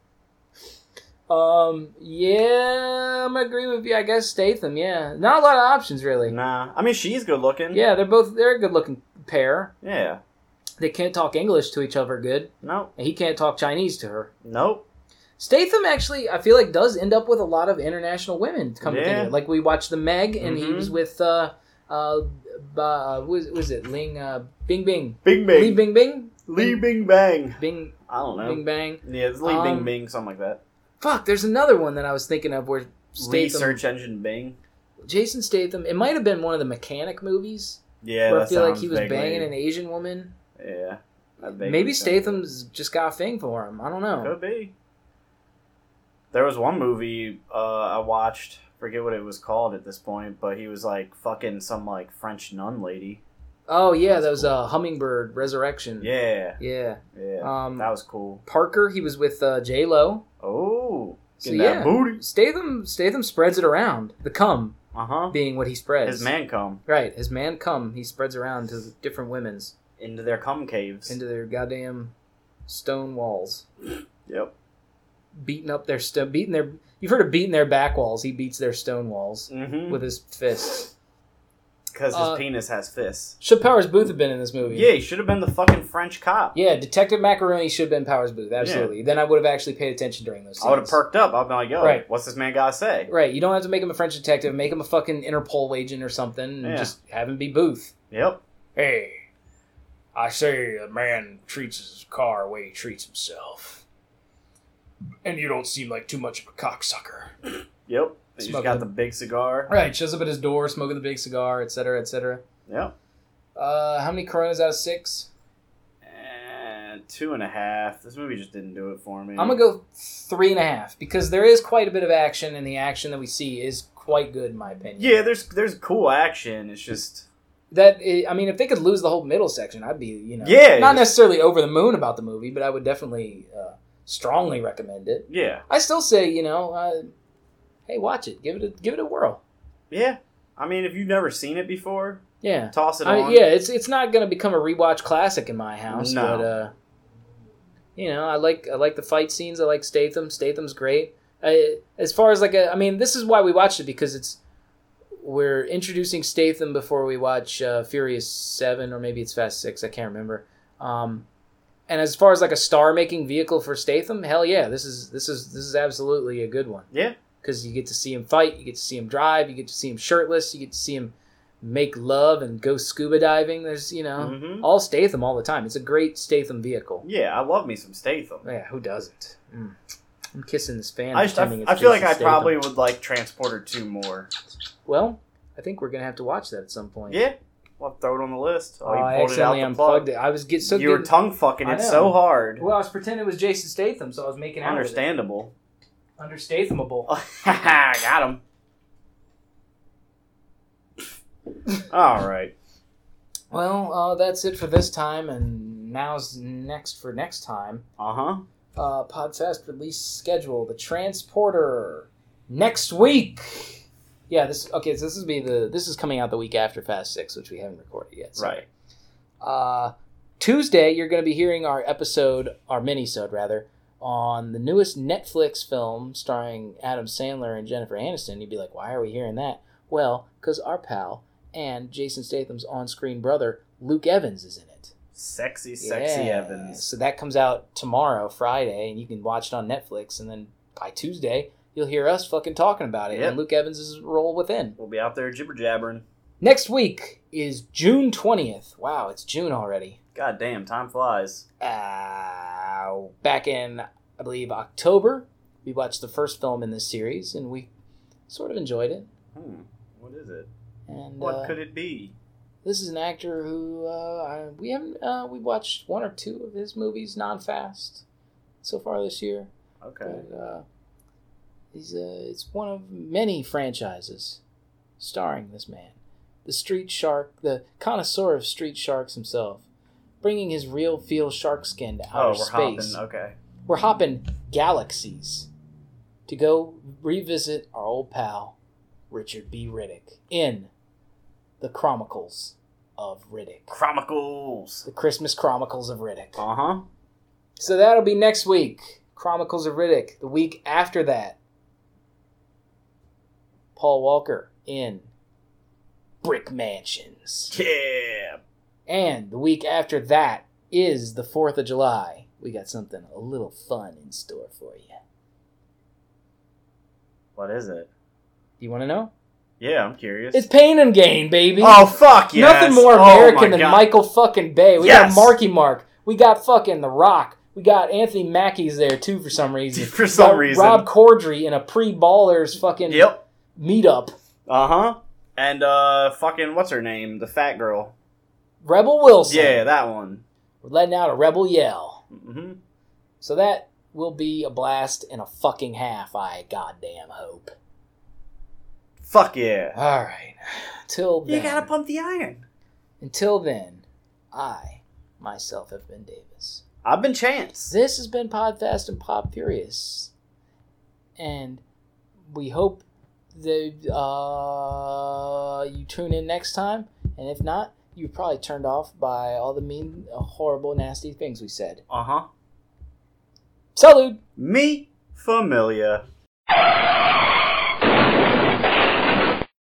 Um. Yeah, I'm gonna agree with you. I guess Statham. Yeah. Not a lot of options really.
nah, I mean she's good looking.
Yeah, they're both they're a good looking pair.
yeah.
They can't talk English to each other good,
Nope.
and he can't talk Chinese to her.
Nope.
Statham actually, I feel like, does end up with a lot of international women. Come to think of
Yeah.
it, like we watched the Meg, and he
Mhm.
was with uh, uh, uh was was it Ling uh, Bing Bing
Bing
Lee
Bing.
Bing Bing
Lee Bing Bang.
Bing
I don't know.
Bing Bang.
Yeah, it's Lee
Um,
Bing Bing, something like that.
Fuck, there's another one that I was thinking of where Statham,
Research engine Bing.
Jason Statham. It might have been one of the mechanic movies
Yeah,
where I
that
feel like
sounds
he was
vaguely-
banging an Asian woman.
Yeah, that vaguely
Maybe
sounds-
Statham's just got a thing for him. I don't know.
could be. There was one movie uh, I watched. Forget what it was called at this point, but he was like fucking some like French nun lady.
Oh yeah,
That's
that was uh, Hummingbird Resurrection.
Yeah,
yeah.
yeah,
Um,
that was cool.
Parker, he was with uh, J Lo.
Oh,
So
get that
yeah,
booty.
Statham Statham spreads it around. The cum
Uh huh.
being what he spreads.
His man come
right? His man cum he spreads around to the different women's
into their cum caves.
into their goddamn stone walls,
yep.
beating up their stone, beating their. You've heard of beating their back walls. He beats their stone walls
Mm-hmm.
with his fists.
Because his
uh, Oh,
penis has fists.
Should Powers Booth have been in this movie?
Yeah, he should have been the fucking French cop.
Yeah, Detective Macaroni should have been Powers Booth. Absolutely. Then I would have actually paid attention during those. Scenes.
I would have perked up. I'd be like, yo,
Right.
what's this man gotta say?
Right, you don't have to make him a French detective. Make him a fucking Interpol agent or something, and
Yeah.
just have him be Booth.
Yep.
Hey, I say a man treats his car the way he treats himself. And you don't seem like too much of a cocksucker.
Yep. He's
Smoking
got
the-
the big cigar.
Right, shows up at his door, smoking the big cigar, etc., etc.
Yep.
Uh, how many Coronas out of six?
And Eh, two and a half. This movie just didn't do it for me.
I'm gonna go three and a half because there is quite a bit of action, and the action that we see is quite good, in my opinion.
Yeah, there's there's cool action. It's just
That i- I mean, if they could lose the whole middle section, I'd be you know
Yeah.
not necessarily over the moon about the movie, but I would definitely uh, strongly recommend it.
yeah,
I still say, you know, uh, hey, watch it, give it, a, give it a whirl.
yeah. I mean, if you've never seen it before,
Yeah,
toss it
I,
on.
yeah, it's it's not gonna become a rewatch classic in my house,
No.
but uh, you know, I like I like the fight scenes. I like Statham. Statham's great. I, as far as like a, I mean, this is why we watched it because it's we're introducing Statham before we watch uh, Furious Seven or maybe it's Fast Six. I can't remember. Um, and as far as like a star-making vehicle for Statham, hell yeah, this is this is this is absolutely a good one.
Yeah.
because you get to see him fight, you get to see him drive, you get to see him shirtless, you get to see him make love and go scuba diving. There's you know
Mhm.
all Statham all the time. It's a great Statham vehicle.
Yeah, I love me some Statham.
Yeah, who doesn't? Mm. I'm kissing this fan.
I, just, I,
pretending
I
it's
feel like
Jason
I
Statham.
probably would like Transporter two more.
well, I think we're gonna have to watch that at some point.
Yeah, well, throw it on the list.
Oh,
you
I
pulled
accidentally
the
unplugged
plug.
it. I was get so
you were
good-
tongue fucking
I
it
know.
so hard.
well, I was pretending it was Jason Statham, so I was making out with it.
Understandable. [LAUGHS]
Understathamable.
Got him.
[LAUGHS]
All right.
Well, uh, that's it for this time, and now's next for next time.
Uh huh.
Uh, Podfest release schedule: The Transporter next week. Yeah, this okay. So this is be the this is coming out the week after Fast Six, which we haven't recorded yet. so-
Right.
Uh, Tuesday, you're going to be hearing our episode, our mini-sode rather, on the newest Netflix film starring Adam Sandler and Jennifer Aniston. You'd be like, why are we hearing that? Well, because our pal and Jason Statham's on-screen brother Luke Evans is in it.
Sexy, sexy
Yeah.
Evans.
So that comes out tomorrow, Friday, and you can watch it on Netflix. And then by Tuesday, you'll hear us fucking talking about it
Yep.
and Luke Evans' role within.
We'll be out there jibber jabbering.
Next week is June twentieth. Wow, it's June already.
God damn, time flies.
uh, back in I believe October. We watched the first film in this series, and we sort of enjoyed it.
Hmm. What is it?
And
What
uh,
could it be?
this is an actor who uh, I, we haven't uh, we watched one or two of his movies non-fast so far this year.
Okay.
But, uh, he's uh, it's one of many franchises starring this man, the street shark, the connoisseur of street sharks himself, bringing his real feel shark skin to outer
Oh, we're
space
hopping. Okay.
we're hopping galaxies to go revisit our old pal Richard B. Riddick in the Chronicles of Riddick,
Chronicles.
the Christmas Chronicles of Riddick.
Uh huh.
So that'll be next week, Chronicles of Riddick. The week after that, Paul Walker in Brick Mansions,
Yeah.
and the week after that is the Fourth of July. We got something a little fun in store for you.
What is it?
You want to know?
Yeah, I'm curious.
It's pain and gain, baby.
oh fuck yes.
Nothing more
Oh,
American
my
than
God.
Michael fucking Bay. We
Yes.
got Marky Mark. We got fucking The Rock. We got Anthony Mackie's there too for some reason.
[LAUGHS] For some
Got
reason.
Rob Corddry in a pre-ballers fucking
Yep.
meetup.
Uh huh. And uh, fucking what's her name? The fat girl.
Rebel Wilson.
Yeah, that one.
We're letting out a rebel yell.
hmm
So that will be a blast and a fucking half. I goddamn hope.
Fuck yeah.
All right. Till then.
You gotta pump the iron.
Until then, I myself have been Davis.
I've been chanced.
This has been Podfast and Pop Furious, and we hope that uh, you tune in next time. And if not, you were probably turned off by all the mean, horrible, nasty things we said.
Uh huh.
Salud.
Me familiar.